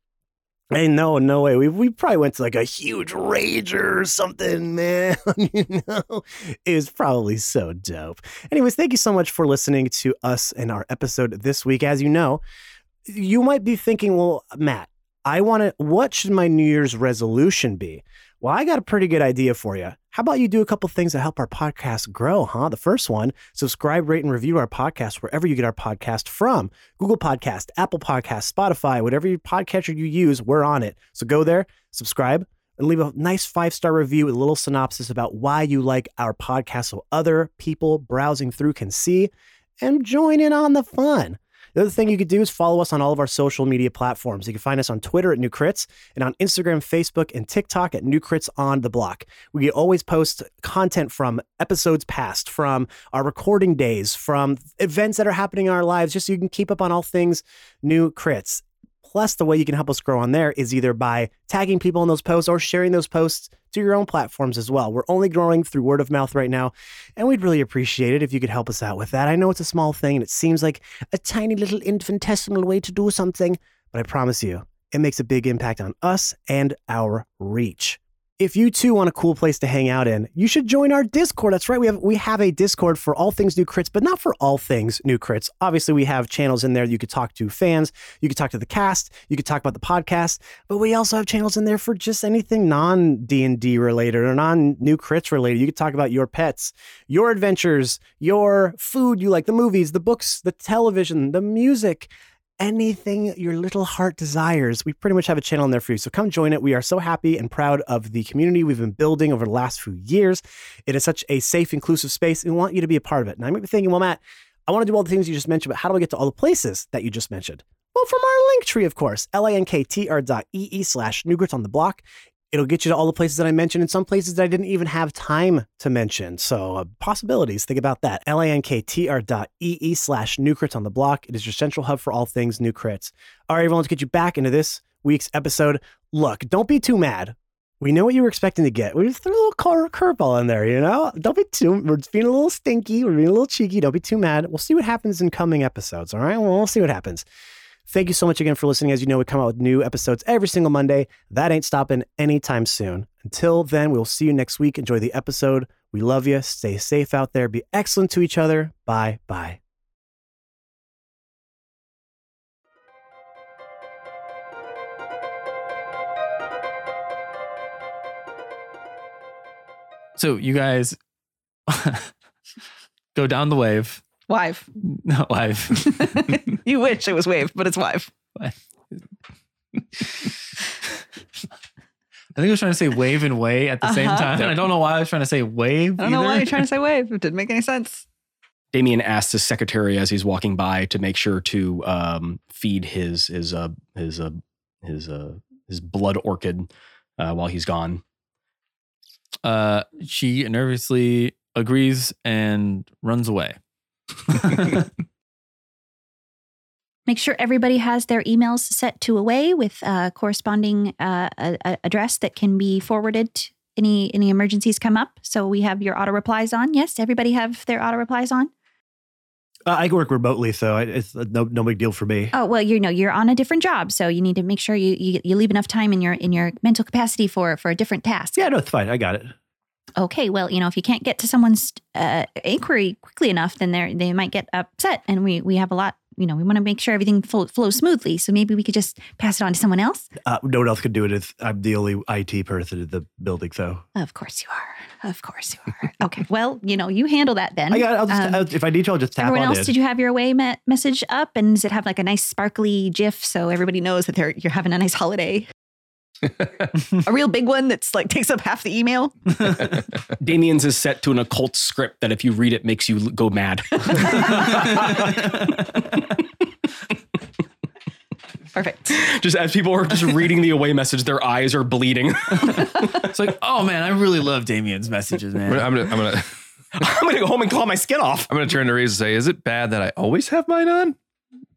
Speaker 7: Hey, no, no way. We we probably went to like a huge rager or something, man. you know, it was probably so dope. Anyways, thank you so much for listening to us and our episode this week. As you know, you might be thinking, well, Matt, I want to. What should my New Year's resolution be? Well, I got a pretty good idea for you. How about you do a couple things that help our podcast grow, huh? The first one, subscribe, rate, and review our podcast wherever you get our podcast from. Google Podcast, Apple Podcast, Spotify, whatever your podcatcher you use, we're on it. So go there, subscribe, and leave a nice five star review with a little synopsis about why you like our podcast so other people browsing through can see and join in on the fun. The other thing you could do is follow us on all of our social media platforms. You can find us on Twitter at New Crits and on Instagram, Facebook, and TikTok at New Crits on the Block. We always post content from episodes past, from our recording days, from events that are happening in our lives, just so you can keep up on all things New Crits. Plus, the way you can help us grow on there is either by tagging people in those posts or sharing those posts to your own platforms as well. We're only growing through word of mouth right now, and we'd really appreciate it if you could help us out with that. I know it's a small thing and it seems like a tiny little infinitesimal way to do something, but I promise you, it makes a big impact on us and our reach. If you too want a cool place to hang out in, you should join our Discord. That's right. We have we have a Discord for all things new crits, but not for all things new crits. Obviously, we have channels in there you could talk to fans, you could talk to the cast, you could talk about the podcast, but we also have channels in there for just anything non D&D related or non new crits related. You could talk about your pets, your adventures, your food you like, the movies, the books, the television, the music, anything your little heart desires. We pretty much have a channel in there for you. So come join it. We are so happy and proud of the community we've been building over the last few years. It is such a safe, inclusive space. and We want you to be a part of it. And I might be thinking, well, Matt, I want to do all the things you just mentioned, but how do I get to all the places that you just mentioned? Well, from our link tree, of course, linktr dot ee slash newgrits on the block. It'll get you to all the places that I mentioned and some places that I didn't even have time to mention. So uh, possibilities, think about that. Linktr dot ee slash newcrits on the block. It is your central hub for all things new crits. All right, everyone, let's get you back into this week's episode. Look, don't be too mad. We know what you were expecting to get. We just threw a little cur- curveball in there, you know? Don't be too, we're just being a little stinky. We're being a little cheeky. Don't be too mad. We'll see what happens in coming episodes, all right? Well, we'll see what happens. Thank you so much again for listening. As you know, we come out with new episodes every single Monday. That ain't stopping anytime soon. Until then, we'll see you next week. Enjoy the episode. We love you. Stay safe out there. Be excellent to each other. Bye bye.
Speaker 2: So you guys go down the wave.
Speaker 4: Wife.
Speaker 2: Not wave.
Speaker 4: you wish it was wave, but it's wife.
Speaker 2: I think I was trying to say wave and way at the same
Speaker 4: Uh-huh.
Speaker 2: time. And I don't know why I was trying to say wave.
Speaker 4: I don't know
Speaker 2: either.
Speaker 4: why you're trying to say wave. It didn't make any sense.
Speaker 3: Damien asks his secretary as he's walking by to make sure to um, feed his his uh, his uh, his uh, his blood orchid uh, while he's gone.
Speaker 2: Uh, she nervously agrees and runs away.
Speaker 6: Make sure everybody has their emails set to away with a corresponding uh, a, a address that can be forwarded. Any any emergencies come up, so we have your auto replies on. Yes, everybody have their auto replies on.
Speaker 7: Uh, I work remotely, so I, it's uh, no no big deal for me.
Speaker 6: Oh well, you know you're on a different job, so you need to make sure you you, you leave enough time in your in your mental capacity for for a different task.
Speaker 7: Yeah, no, it's fine. I got it.
Speaker 6: okay, well, you know, if you can't get to someone's uh, inquiry quickly enough, then they they might get upset, and we we have a lot. You know, we want to make sure everything flo- flows smoothly. So maybe we could just pass it on to someone else.
Speaker 7: Uh, no one else could do it. If I'm the only IT person in the building, though.
Speaker 6: Of course you are. Of course you are. Okay. well, you know, you handle that then.
Speaker 7: I got. I'll just,
Speaker 6: Um,
Speaker 7: I'll, if I need you, I'll just tap on
Speaker 6: everyone else,
Speaker 7: in.
Speaker 6: did you have your away me- message up, and does it have like a nice sparkly GIF so everybody knows that they're you're having a nice holiday?
Speaker 4: A real big one that's like takes up half the email.
Speaker 3: Damien's is set to an occult script that if you read it makes you l- go mad.
Speaker 4: Perfect.
Speaker 3: just as people are just reading the away message, their eyes are bleeding.
Speaker 2: It's like, oh man, I really love Damien's messages,
Speaker 1: I'm gonna,
Speaker 2: man.
Speaker 1: I'm gonna, I'm gonna,
Speaker 3: I'm gonna go home and claw my skin off.
Speaker 1: I'm gonna turn to Reese and say, "Is it bad that I always have mine on,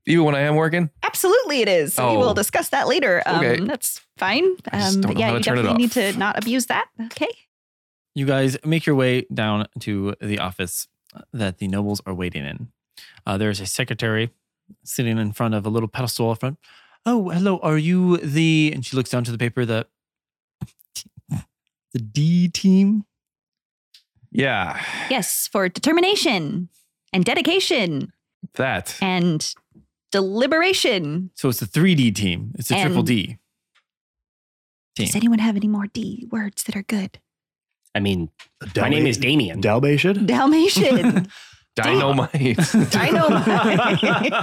Speaker 1: even when I am working?"
Speaker 4: Absolutely, it is. We
Speaker 1: Oh.
Speaker 4: will discuss that later. Um,
Speaker 1: Okay.
Speaker 4: That's
Speaker 6: Fine.
Speaker 1: I just don't
Speaker 6: Um, but
Speaker 1: know
Speaker 6: yeah,
Speaker 1: how
Speaker 6: you
Speaker 1: to turn it
Speaker 6: definitely need
Speaker 1: off.
Speaker 6: to not abuse that. Okay.
Speaker 2: You guys make your way down to the office that the nobles are waiting in. Uh, there's a secretary sitting in front of a little pedestal up front. Oh, hello. Are you the? And she looks down to the paper. The the D team.
Speaker 1: Yeah,
Speaker 6: Yes, for determination and dedication
Speaker 1: that.
Speaker 6: and deliberation.
Speaker 2: So it's the three D team. It's the triple
Speaker 6: And-
Speaker 2: D team.
Speaker 6: Does anyone have any more D words that are good?
Speaker 3: I mean, my
Speaker 7: Dalma-
Speaker 3: name is Damien.
Speaker 7: Dalmatian.
Speaker 4: Dalmatian.
Speaker 1: Dynamite.
Speaker 4: Dynamite.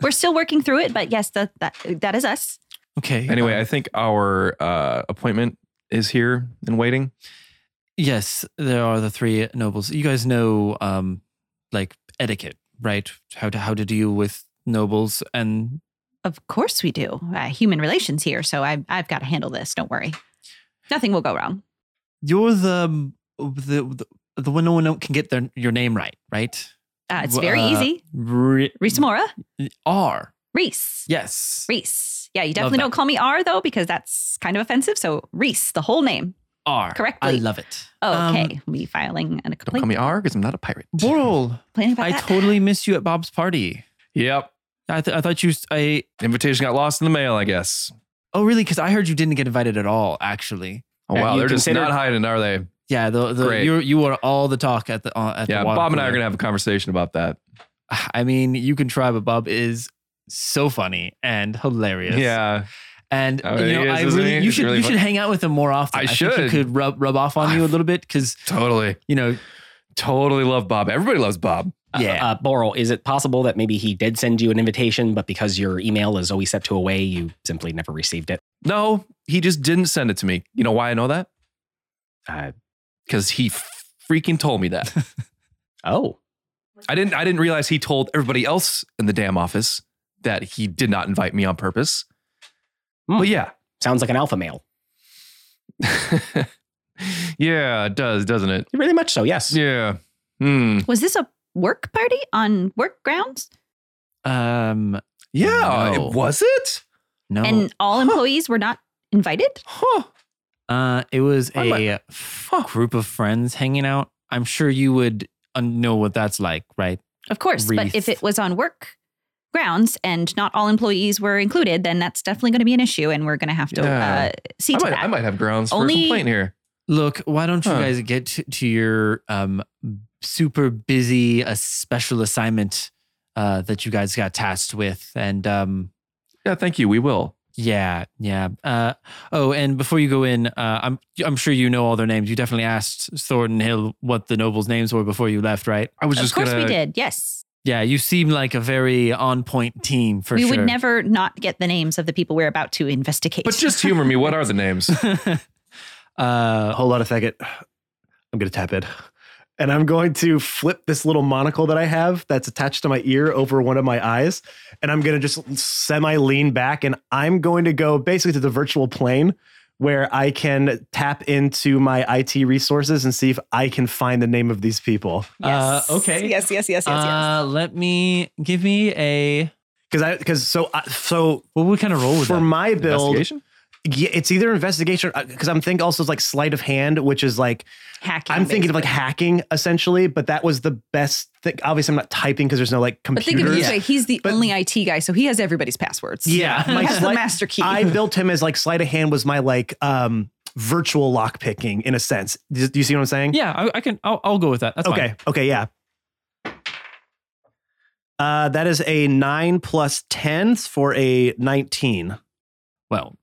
Speaker 6: We're still working through it, but yes, that that, that is us.
Speaker 2: okay.
Speaker 1: anyway, I think our uh, appointment is here and waiting.
Speaker 2: Yes, there are the three nobles. You guys know, um, like etiquette, right? How to how to deal with nobles, and
Speaker 6: Of course we do. Uh, human relations here, so I, I've got to handle this. Don't worry. Nothing will go wrong.
Speaker 2: you're the um, the the, the one no one can get their your name right, right?
Speaker 6: Uh, it's very
Speaker 2: Uh,
Speaker 6: easy.
Speaker 2: Re-
Speaker 6: Reese Mora.
Speaker 2: R.
Speaker 6: Reese.
Speaker 2: Yes.
Speaker 6: Reese. Yeah, you definitely
Speaker 2: that.
Speaker 6: don't call me R though, because that's kind of offensive. So Reese, the whole name.
Speaker 2: R.
Speaker 6: Correctly.
Speaker 2: I love it.
Speaker 6: Okay. we filing an, a
Speaker 1: Um, Don't
Speaker 6: complaint.
Speaker 1: call me R because I'm not a pirate.
Speaker 2: Um, Boral,
Speaker 6: complaining about
Speaker 2: I
Speaker 6: that.
Speaker 2: totally missed you at Bob's party.
Speaker 1: Yep.
Speaker 2: I, th- I thought you. s- I
Speaker 1: Invitation got lost in the mail, I guess.
Speaker 2: oh really? Because I heard you didn't get invited at all. Actually,
Speaker 1: Oh
Speaker 3: Yeah,
Speaker 1: wow,
Speaker 3: you
Speaker 1: they're just
Speaker 3: considered-
Speaker 1: not hiding, are they?
Speaker 2: yeah. The, the
Speaker 1: Great.
Speaker 2: you you are all the talk at the uh, at
Speaker 1: Yeah,
Speaker 2: the water
Speaker 1: Bob and I
Speaker 2: cooler.
Speaker 1: are gonna have a conversation about that.
Speaker 2: I mean, you can try, but Bob is so funny and hilarious.
Speaker 1: Yeah,
Speaker 2: and
Speaker 1: Oh,
Speaker 2: you
Speaker 1: he
Speaker 2: know,
Speaker 1: is,
Speaker 2: I
Speaker 1: isn't
Speaker 2: really,
Speaker 1: he?
Speaker 2: you
Speaker 1: He's
Speaker 2: should
Speaker 1: really
Speaker 2: you
Speaker 1: fun-
Speaker 2: should hang out with him more often.
Speaker 1: I
Speaker 2: Think he
Speaker 1: should.
Speaker 2: could rub rub off on you a little bit because
Speaker 1: totally,
Speaker 2: you know,
Speaker 1: totally love Bob. Everybody loves Bob.
Speaker 2: Yeah.
Speaker 3: Uh, uh, Boral, is it possible that maybe he did send you an invitation, but because your email is always set to away, you simply never received it?
Speaker 1: No, he just didn't send it to me. You know why I know that?
Speaker 3: Uh,
Speaker 1: Because he freaking told me that.
Speaker 3: oh,
Speaker 1: I didn't. I didn't realize he told everybody else in the damn office that he did not invite me on purpose.
Speaker 3: Hmm.
Speaker 1: But yeah,
Speaker 3: sounds like an alpha male.
Speaker 1: yeah, it does, doesn't it?
Speaker 3: Really much so, yes.
Speaker 1: Yeah. Hmm.
Speaker 6: Was this a work party on work grounds?
Speaker 2: um,
Speaker 1: Yeah.
Speaker 2: No.
Speaker 1: It, was it?
Speaker 2: no,
Speaker 6: And all employees were not invited?
Speaker 1: Huh.
Speaker 2: uh, it was
Speaker 1: Why am
Speaker 2: a f- group of friends hanging out. I'm sure you would uh, know what that's like, right?
Speaker 6: Of course.
Speaker 2: Wreath.
Speaker 6: But if it was on work grounds and not all employees were included, then that's definitely going to be an issue and we're going to have to
Speaker 1: Yeah.
Speaker 6: uh, see
Speaker 1: I
Speaker 6: to
Speaker 1: might,
Speaker 6: that.
Speaker 1: I might have grounds for a
Speaker 6: Only-
Speaker 1: complaint here.
Speaker 2: Look, why don't you
Speaker 1: Huh.
Speaker 2: guys get to, to your um super busy uh, special assignment uh that you guys got tasked with and um
Speaker 1: Yeah. Thank you. We will.
Speaker 2: Yeah, yeah. Uh, oh, and before you go in, uh, I'm I'm sure you know all their names. You definitely asked Thornton Hill what the nobles' names were before you left, right?
Speaker 1: I was
Speaker 6: of
Speaker 1: just
Speaker 6: course
Speaker 1: gonna.
Speaker 6: we did. Yes.
Speaker 2: Yeah, you seem like a very on point team for
Speaker 6: we
Speaker 2: sure.
Speaker 6: would never not get the names of the people we're about to investigate.
Speaker 1: But just humor me. What are the names?
Speaker 2: uh,
Speaker 7: Hold on a second. I'm gonna tap in, and I'm going to flip this little monocle that I have that's attached to my ear over one of my eyes, and I'm gonna just semi lean back, and I'm going to go basically to the virtual plane where I can tap into my IT resources and see if I can find the name of these people.
Speaker 2: Uh, okay.
Speaker 4: Yes, yes, yes, yes, yes.
Speaker 2: Uh, let me give me a.
Speaker 7: Because I because so I, so
Speaker 2: Well, we kind of roll with
Speaker 7: for
Speaker 2: that?
Speaker 7: my build,
Speaker 1: Investigation?
Speaker 7: yeah, it's either investigation because I'm thinking also it's like sleight of hand, which is like
Speaker 4: Hacking.
Speaker 7: I'm thinking of like
Speaker 4: basically.
Speaker 7: hacking essentially, but that was the best thing. Obviously, I'm not typing because there's no like
Speaker 8: But think of
Speaker 7: computers.
Speaker 8: it this way: he's the
Speaker 7: But-
Speaker 8: only IT guy, so he has everybody's passwords.
Speaker 7: yeah, my
Speaker 4: He has the
Speaker 7: sleight-
Speaker 4: master key.
Speaker 7: I built him as like sleight of hand was my like um virtual lock picking in a sense. Do do you see what I'm saying?
Speaker 2: Yeah, I, I can. I'll, I'll go with that. That's
Speaker 7: okay.
Speaker 2: Fine.
Speaker 7: Okay. Yeah. Uh, that is a nine plus tens for a nineteen.
Speaker 2: Well.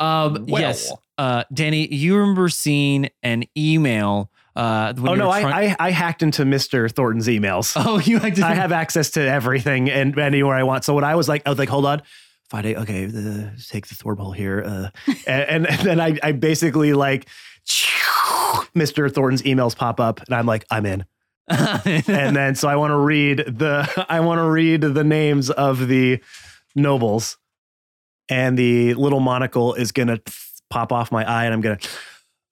Speaker 2: um, Yes, uh, Danny, you remember seeing an email. Uh, when
Speaker 7: oh
Speaker 2: you
Speaker 7: no,
Speaker 2: were
Speaker 7: I,
Speaker 2: try-
Speaker 7: I I hacked into Mister Thornton's emails.
Speaker 2: Oh, you like to
Speaker 7: I have access to everything and anywhere I want. So when I was like, I was like, hold on, Friday, okay, uh, take the Thornball here, uh, and, and then I, I basically like, Mister Thornton's emails pop up, and I'm like, I'm in. and then so I want to read the I want to read the names of the nobles, and the little monocle is gonna pop off my eye, and I'm gonna.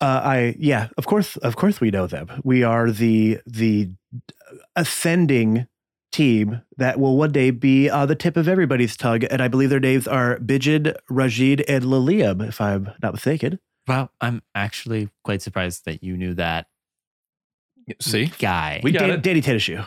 Speaker 7: Uh, I yeah, of course, of course, we know them. We are the the offending team that will one day be uh, the tip of everybody's tongue, and I believe their names are Bijid, Rajid, and Lilium, if I'm not mistaken.
Speaker 2: wow, I'm actually quite surprised that you knew that
Speaker 1: See?
Speaker 2: guy.
Speaker 1: We got
Speaker 7: Dan-
Speaker 1: it.
Speaker 7: Danny Tedeshu.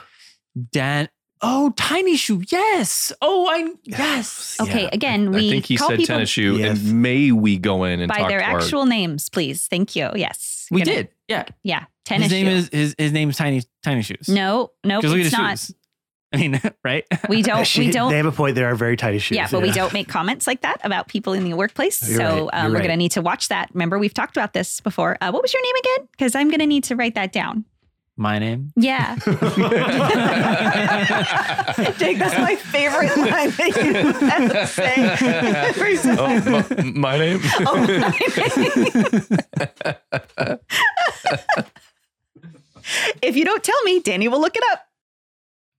Speaker 2: Dan. Oh, Tiny Shoe. Yes. Oh, I yes.
Speaker 6: Okay, again, we
Speaker 1: I think he
Speaker 6: call
Speaker 1: said
Speaker 6: people
Speaker 1: tennis shoe,
Speaker 7: Yes.
Speaker 1: and may we go in and
Speaker 6: by
Speaker 1: talk
Speaker 6: their
Speaker 1: to our-
Speaker 6: actual names, please. Thank you. Yes,
Speaker 2: We
Speaker 6: Gonna-
Speaker 2: did. Yeah.
Speaker 6: Yeah,
Speaker 2: His
Speaker 6: tennis.
Speaker 2: name
Speaker 6: shoe.
Speaker 2: is his his name's Tiny Tiny Shoes.
Speaker 6: no, no,
Speaker 2: 'Cause look at
Speaker 6: it's
Speaker 2: his
Speaker 6: not.
Speaker 2: shoes. I mean, right?
Speaker 6: We don't. we
Speaker 7: She-
Speaker 6: don't.
Speaker 7: They have a point. They are very tight shoes.
Speaker 6: yeah, but we don't make comments like that about people in the workplace.
Speaker 7: You're
Speaker 6: so
Speaker 7: right,
Speaker 6: um,
Speaker 7: you're
Speaker 6: we're
Speaker 7: right.
Speaker 6: going to need to watch that. Remember, we've talked about this before. Uh, what was your name again? Because I'm going to need to write that down.
Speaker 2: My name.
Speaker 6: Yeah.
Speaker 4: Jake, that's my favorite line that you had to say. Every single-
Speaker 1: Oh, m- my name?
Speaker 6: Oh,
Speaker 7: Oh.
Speaker 4: if you don't tell me, Danny will look it up.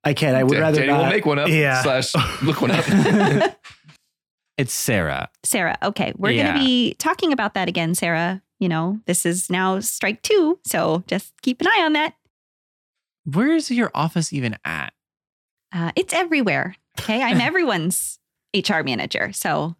Speaker 7: I can't. I would
Speaker 1: Dan-
Speaker 7: rather
Speaker 1: Danny
Speaker 7: not.
Speaker 1: will make one up.
Speaker 7: Yeah.
Speaker 1: Slash look one up.
Speaker 2: It's Sarah.
Speaker 6: Sarah, okay. We're going
Speaker 2: Yeah.
Speaker 6: to be talking about that again, Sarah. You know, this is now strike two. So just keep an eye on that.
Speaker 2: Where is your office even at?
Speaker 6: Uh, it's everywhere. Okay. I'm everyone's HR manager. So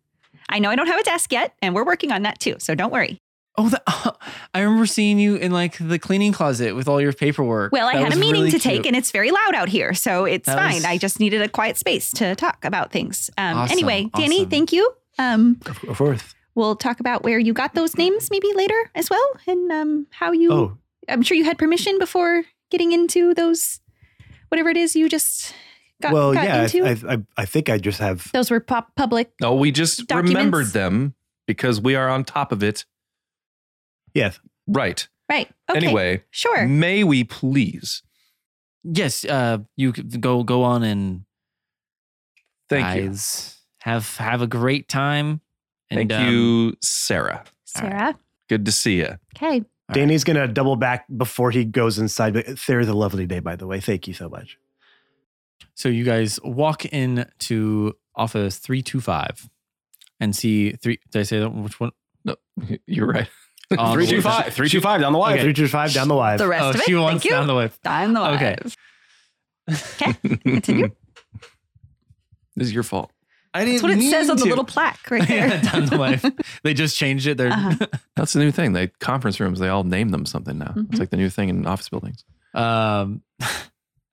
Speaker 6: I know I don't have a desk yet, and we're working on that too. So don't worry.
Speaker 2: Oh, the, I remember seeing you in like the cleaning closet with all your paperwork.
Speaker 6: Well, I
Speaker 2: That
Speaker 6: had a
Speaker 2: was
Speaker 6: meeting
Speaker 2: really
Speaker 6: to
Speaker 2: cute.
Speaker 6: take, and it's very loud out here. So it's
Speaker 2: That
Speaker 6: fine.
Speaker 2: was-
Speaker 6: I just needed a quiet space to talk about things. Um,
Speaker 2: Awesome,
Speaker 6: anyway, Danny,
Speaker 2: awesome.
Speaker 6: thank you. Um,
Speaker 7: Of course.
Speaker 6: we'll talk about where you got those names maybe later as well, and um, how you.
Speaker 7: Oh,
Speaker 6: I'm sure you had permission before getting into those, whatever it is you just got,
Speaker 7: well,
Speaker 6: got
Speaker 7: yeah.
Speaker 6: into.
Speaker 7: I, I, I- I think I just have.
Speaker 6: those were pop- public.
Speaker 1: no, we just
Speaker 6: Documents.
Speaker 1: remembered them because we are on top of it.
Speaker 7: Yes.
Speaker 1: Right.
Speaker 6: Right. Okay.
Speaker 1: Anyway,
Speaker 4: Mm.
Speaker 6: Sure.
Speaker 1: may we please?
Speaker 2: Yes, uh, you c- go go on and
Speaker 1: Thank you.
Speaker 2: guys have have a great time. And,
Speaker 1: Thank
Speaker 2: um,
Speaker 1: you, Sarah.
Speaker 6: Sarah.
Speaker 1: Good to see you.
Speaker 6: Okay.
Speaker 2: All right.
Speaker 7: Danny's gonna double back before he goes inside. But there's a lovely day, by the way. Thank you so much.
Speaker 2: So you guys walk in to office three two five, and see three. Did I say that? Which one?
Speaker 1: You're right.
Speaker 2: Um,
Speaker 3: Three two five. Three two five down the
Speaker 7: Why
Speaker 3: wire.
Speaker 7: three two five down the wire.
Speaker 4: The rest
Speaker 2: Oh,
Speaker 4: of it.
Speaker 2: she wants
Speaker 4: Thank you.
Speaker 2: down the way.
Speaker 4: I'm the
Speaker 2: Okay.
Speaker 6: Continue.
Speaker 1: This is your fault.
Speaker 2: I didn't.
Speaker 4: That's what it says on the
Speaker 2: mean
Speaker 4: little
Speaker 2: to.
Speaker 4: plaque right there.
Speaker 2: yeah, down the way. They just changed it. They're
Speaker 6: Uh-huh.
Speaker 1: That's the new thing. They conference rooms, they all name them something now.
Speaker 6: Mm-hmm.
Speaker 1: It's like the new thing in office buildings.
Speaker 2: um,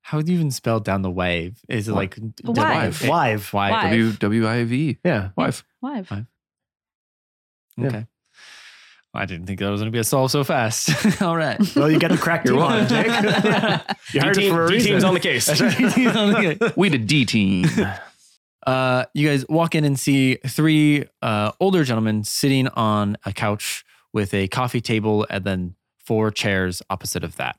Speaker 2: how would you even spell down the wave? Is it like
Speaker 6: wive.
Speaker 2: Why?
Speaker 7: Live.
Speaker 2: Why?
Speaker 6: Wive.
Speaker 1: W W I V.
Speaker 7: Yeah.
Speaker 1: Wife.
Speaker 8: Wife.
Speaker 7: Yeah.
Speaker 2: Okay. I didn't think that was going to be a solve so fast. All right.
Speaker 7: Well, you got the crack
Speaker 1: You're
Speaker 7: team
Speaker 1: welcome.
Speaker 7: on, Jake. you heard it
Speaker 3: D-team-
Speaker 7: for a
Speaker 3: D-team's
Speaker 7: reason.
Speaker 3: on the case.
Speaker 7: That's right.
Speaker 1: We did D team.
Speaker 2: Uh, you guys walk in and see three uh, older gentlemen sitting on a couch with a coffee table and then four chairs opposite of that.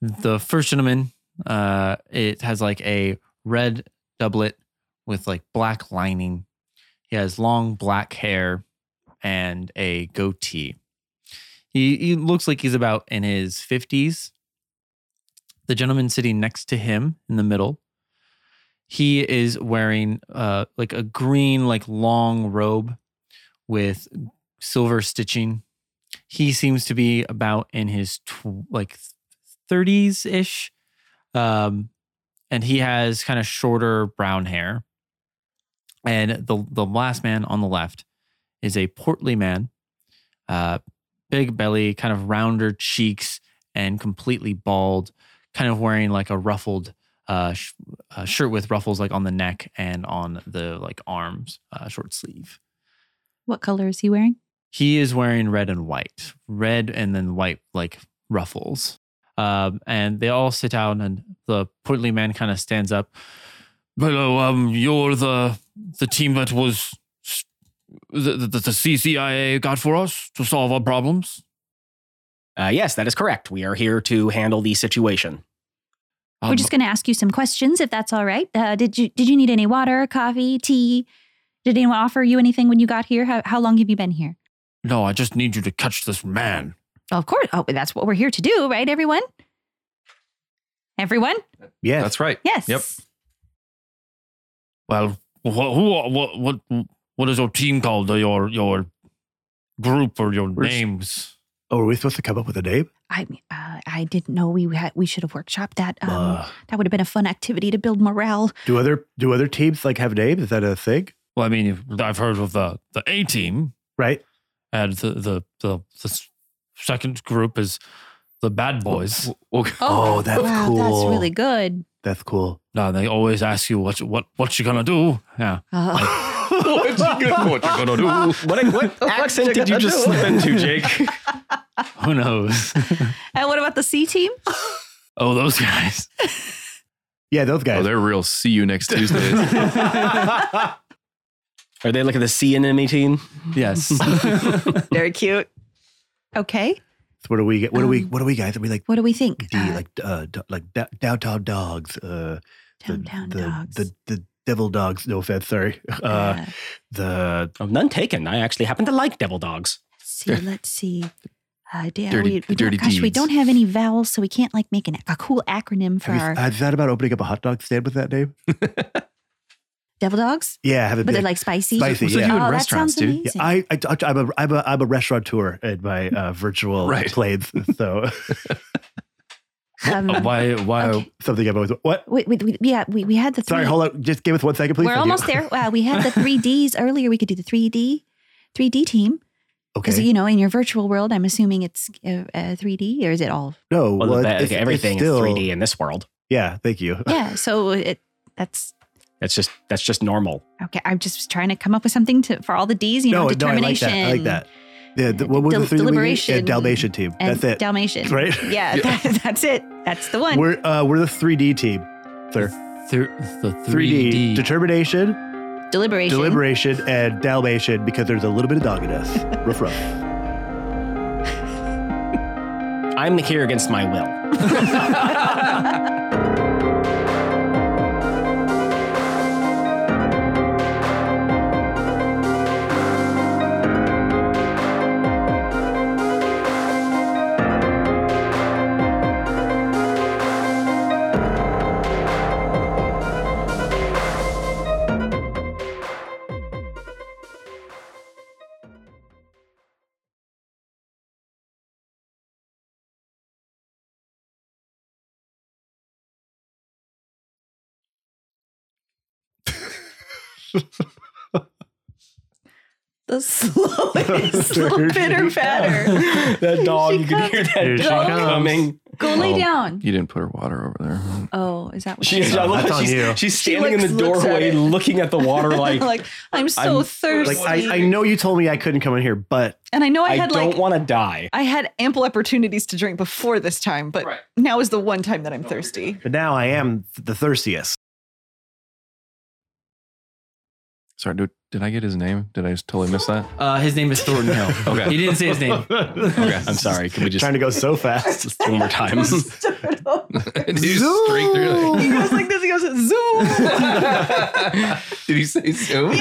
Speaker 2: The first gentleman, uh, it has like a red doublet with like black lining. He has long black hair and a goatee. He, he looks like he's about in his 50s. The gentleman sitting next to him in the middle he is wearing uh like a green like long robe with silver stitching. He seems to be about in his tw- like 30s ish. Um, and he has kind of shorter brown hair. And the, the last man on the left is a portly man, uh, big belly, kind of rounder cheeks, and completely bald, kind of wearing like a ruffled uh, sh- uh, shirt with ruffles like on the neck and on the like arms, uh, short sleeve.
Speaker 6: What color is he wearing?
Speaker 2: He is wearing red and white, red and then white like ruffles. Um, and they all sit down, and the portly man kind of stands up. Hello, um, you're the the team that was s- the, the, the CCIA got for us to solve our problems.
Speaker 3: Uh, yes, that is correct. We are here to handle the situation.
Speaker 2: Um,
Speaker 8: Um,
Speaker 6: We're just going to ask you some questions, if that's all right. Uh, did you did you need any water, coffee, tea? Did anyone offer you anything when you got here? How, how long have you been here?
Speaker 2: no, I just need you to catch this man.
Speaker 6: of course. Oh, that's what we're here to do, right, everyone? Everyone?
Speaker 8: Yeah.
Speaker 1: That's right.
Speaker 6: Yes.
Speaker 1: Yep.
Speaker 2: Well, wh- who are- what what what is your team called? Or your your group or your
Speaker 8: We're s-
Speaker 2: names?
Speaker 8: Oh, are we supposed to come up with a name?
Speaker 6: I mean, uh, I didn't know we had, we should have workshopped that. Um,
Speaker 8: Uh,
Speaker 6: that would have been a fun activity to build morale.
Speaker 8: do other do other teams like have names? Is that a thing?
Speaker 2: Well, I mean, if- I've heard of the the A team,
Speaker 8: Right?
Speaker 2: and the the the, the s- second group is the bad boys.
Speaker 1: We'll,
Speaker 8: Oh, that's
Speaker 6: wow,
Speaker 8: cool.
Speaker 6: That's really good.
Speaker 8: That's cool.
Speaker 2: Now they always ask you what you- what what you gonna do. Yeah,
Speaker 6: Uh,
Speaker 1: what you gonna, what you gonna do?
Speaker 3: What, what accent did you just slip into, Jake?
Speaker 2: who knows?
Speaker 6: and what about the C team?
Speaker 2: oh, those guys.
Speaker 8: Yeah, those
Speaker 1: Oh,
Speaker 8: guys.
Speaker 1: they're real. See you next Tuesday.
Speaker 3: Are they like the sea enemy team?
Speaker 2: Yes.
Speaker 10: Very cute.
Speaker 6: Okay.
Speaker 8: So what do we get? What do we?
Speaker 6: Um,
Speaker 8: What do we guys? Are we like
Speaker 6: What do we think?
Speaker 8: D
Speaker 6: Uh,
Speaker 8: like uh, do, like da- downtown dogs. Uh, the,
Speaker 6: downtown
Speaker 8: the,
Speaker 6: dogs.
Speaker 8: The, the devil dogs. No offense. Sorry. Uh,
Speaker 6: Uh,
Speaker 8: the
Speaker 3: Oh, none taken. I actually happen to like devil dogs.
Speaker 6: let's see, let's see. Uh, yeah,
Speaker 1: Dirty-
Speaker 6: we, we
Speaker 1: dirty
Speaker 6: don't, gosh, we
Speaker 1: deeds.
Speaker 6: don't have any vowels, so we can't like make an, a cool acronym for
Speaker 8: have you,
Speaker 6: our
Speaker 8: I thought about opening up a hot dog stand with that name.
Speaker 6: devil dogs,
Speaker 8: Yeah, have it.
Speaker 6: but they're like spicy.
Speaker 8: Spicy, What's with yeah. you
Speaker 1: and
Speaker 6: oh, that
Speaker 1: restaurants,
Speaker 6: sounds
Speaker 1: dude? Yeah,
Speaker 6: amazing.
Speaker 8: Yeah, I, I, I'm a, I'm a, I'm a restaurateur in my uh, virtual
Speaker 1: Right.
Speaker 8: planes. So
Speaker 6: Um,
Speaker 8: oh,
Speaker 2: Uh, why why
Speaker 6: okay.
Speaker 8: something I've always what?
Speaker 6: Wait, wait, we, yeah, we, we had the three.
Speaker 8: Sorry, hold on. Just give us one second, please.
Speaker 6: We're
Speaker 8: Thank you.
Speaker 6: almost there. Wow, we had the three Ds earlier. We could do the three D, three D team because
Speaker 8: Okay.
Speaker 6: you know in your virtual world, I'm assuming it's uh, three D or is it all?
Speaker 8: no,
Speaker 3: Well,
Speaker 8: well,
Speaker 3: the-
Speaker 8: it's-
Speaker 3: like,
Speaker 8: it's
Speaker 3: everything
Speaker 8: still-
Speaker 3: is 3D in this world.
Speaker 8: Yeah, thank you.
Speaker 6: Yeah, so it that's
Speaker 3: That's just that's just normal.
Speaker 6: okay. I'm just trying to come up with something to for all the Ds. You know,
Speaker 8: no, I like
Speaker 6: determination.
Speaker 8: that. I like that. Yeah, the, what were
Speaker 6: Del-
Speaker 8: the three that we did? Yeah,
Speaker 6: deliberation
Speaker 8: Dalmatian team.
Speaker 6: And
Speaker 8: That's it.
Speaker 6: Dalmatian.
Speaker 8: right?
Speaker 6: Yeah, that- that's it. That's the one.
Speaker 8: We're uh, we're the 3D team. Sir.
Speaker 2: thir- the
Speaker 8: 3D,
Speaker 2: 3D?
Speaker 8: determination,
Speaker 6: deliberation.
Speaker 8: deliberation, and Dalmatian because there's a little bit of dog in us. Ruff ruff.
Speaker 3: I'm here against my will.
Speaker 10: The slowest little pitter patter.
Speaker 3: that dog,
Speaker 6: She
Speaker 3: you can
Speaker 6: comes.
Speaker 3: hear
Speaker 2: Here
Speaker 3: that
Speaker 2: she
Speaker 3: dog
Speaker 2: comes.
Speaker 3: coming.
Speaker 6: Go lay
Speaker 1: Oh.
Speaker 6: down.
Speaker 1: you didn't put her water over there.
Speaker 6: Oh, is that what
Speaker 3: She,
Speaker 6: she,
Speaker 3: I love
Speaker 8: That's
Speaker 3: that
Speaker 8: on
Speaker 3: she's,
Speaker 8: you.
Speaker 3: she's
Speaker 10: She
Speaker 3: standing
Speaker 10: looks-
Speaker 3: in the
Speaker 10: looks at
Speaker 3: doorway
Speaker 10: it.
Speaker 3: looking at the water like,
Speaker 10: like "Oh,
Speaker 6: I'm so
Speaker 3: I'm-
Speaker 6: thirsty,
Speaker 8: Like I, I know you told me I couldn't come in here, but
Speaker 10: and I know I,
Speaker 3: I,
Speaker 10: had
Speaker 3: don't
Speaker 10: like
Speaker 3: want to die.
Speaker 10: I had ample opportunities to drink before this time, but now is the one time that I'm thirsty.
Speaker 8: but now I am the thirstiest.
Speaker 1: Sorry, dude, did I get his name? Did I just totally miss that?
Speaker 2: Uh, his name is Thornton Hill.
Speaker 1: Okay.
Speaker 2: He didn't say his name.
Speaker 1: Okay,
Speaker 3: I'm sorry. Can we just
Speaker 8: Trying to go so fast.
Speaker 3: just one more time?
Speaker 1: Did he straight through
Speaker 10: he goes like this. He goes zoom.
Speaker 1: that? Did he say so?
Speaker 10: he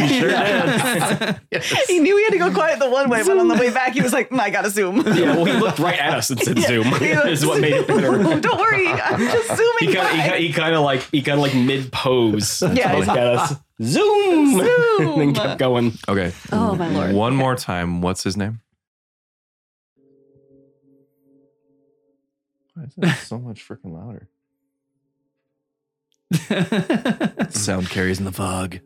Speaker 10: knew he had to go quiet the one way, but on the way back, he was like, "Mm, "I gotta zoom."
Speaker 3: yeah, well, he looked right at us and said
Speaker 10: Yeah.
Speaker 3: Zoom.
Speaker 10: He goes,
Speaker 3: is what made it
Speaker 10: "Zoom.
Speaker 3: better.
Speaker 10: Don't worry, I'm just
Speaker 3: He
Speaker 10: zooming.
Speaker 3: kind of, he
Speaker 10: by."
Speaker 3: kind of, he kind of like, he kind of like mid pose.
Speaker 10: Yeah,
Speaker 3: looked
Speaker 10: it's-
Speaker 3: at us. Zoom, and then
Speaker 6: Zoom.
Speaker 3: kept going.
Speaker 1: Okay.
Speaker 6: Oh, my lord.
Speaker 1: One more time. What's his name? Why is that so much freaking louder? Sound carries in the fog.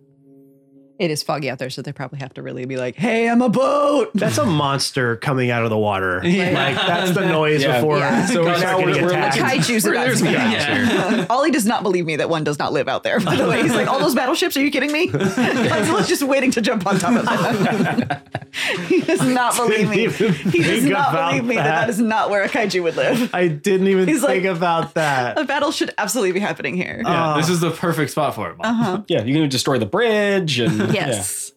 Speaker 6: It is foggy out there, so they probably have to really be like, "Hey, I'm a boat."
Speaker 8: That's a monster coming out of the water. Like that's the noise
Speaker 3: Yeah.
Speaker 8: before.
Speaker 6: Yeah.
Speaker 8: So
Speaker 3: we're
Speaker 8: now
Speaker 3: not
Speaker 8: we're,
Speaker 3: gonna
Speaker 8: we're
Speaker 3: attack.
Speaker 6: The kaiju's
Speaker 1: Where
Speaker 6: about
Speaker 1: there's
Speaker 6: to be
Speaker 1: guys
Speaker 6: out. Ollie does not believe me that one does not live out there. By the way, he's like, all those battleships. Are you kidding me? Lancelot's just waiting to jump on top of them. he does not believe me.
Speaker 8: Didn't even
Speaker 6: He does
Speaker 8: think
Speaker 6: not
Speaker 8: about
Speaker 6: believe me that. that
Speaker 8: that.
Speaker 6: is not where a kaiju would live.
Speaker 8: I didn't even
Speaker 6: He's
Speaker 8: think
Speaker 6: like-
Speaker 8: about that.
Speaker 6: A battle should absolutely be happening here.
Speaker 10: Uh-huh.
Speaker 11: Yeah, this is the perfect spot for it. Mom.
Speaker 6: Uh huh.
Speaker 3: Yeah, you're gonna destroy the bridge, and
Speaker 6: Yes.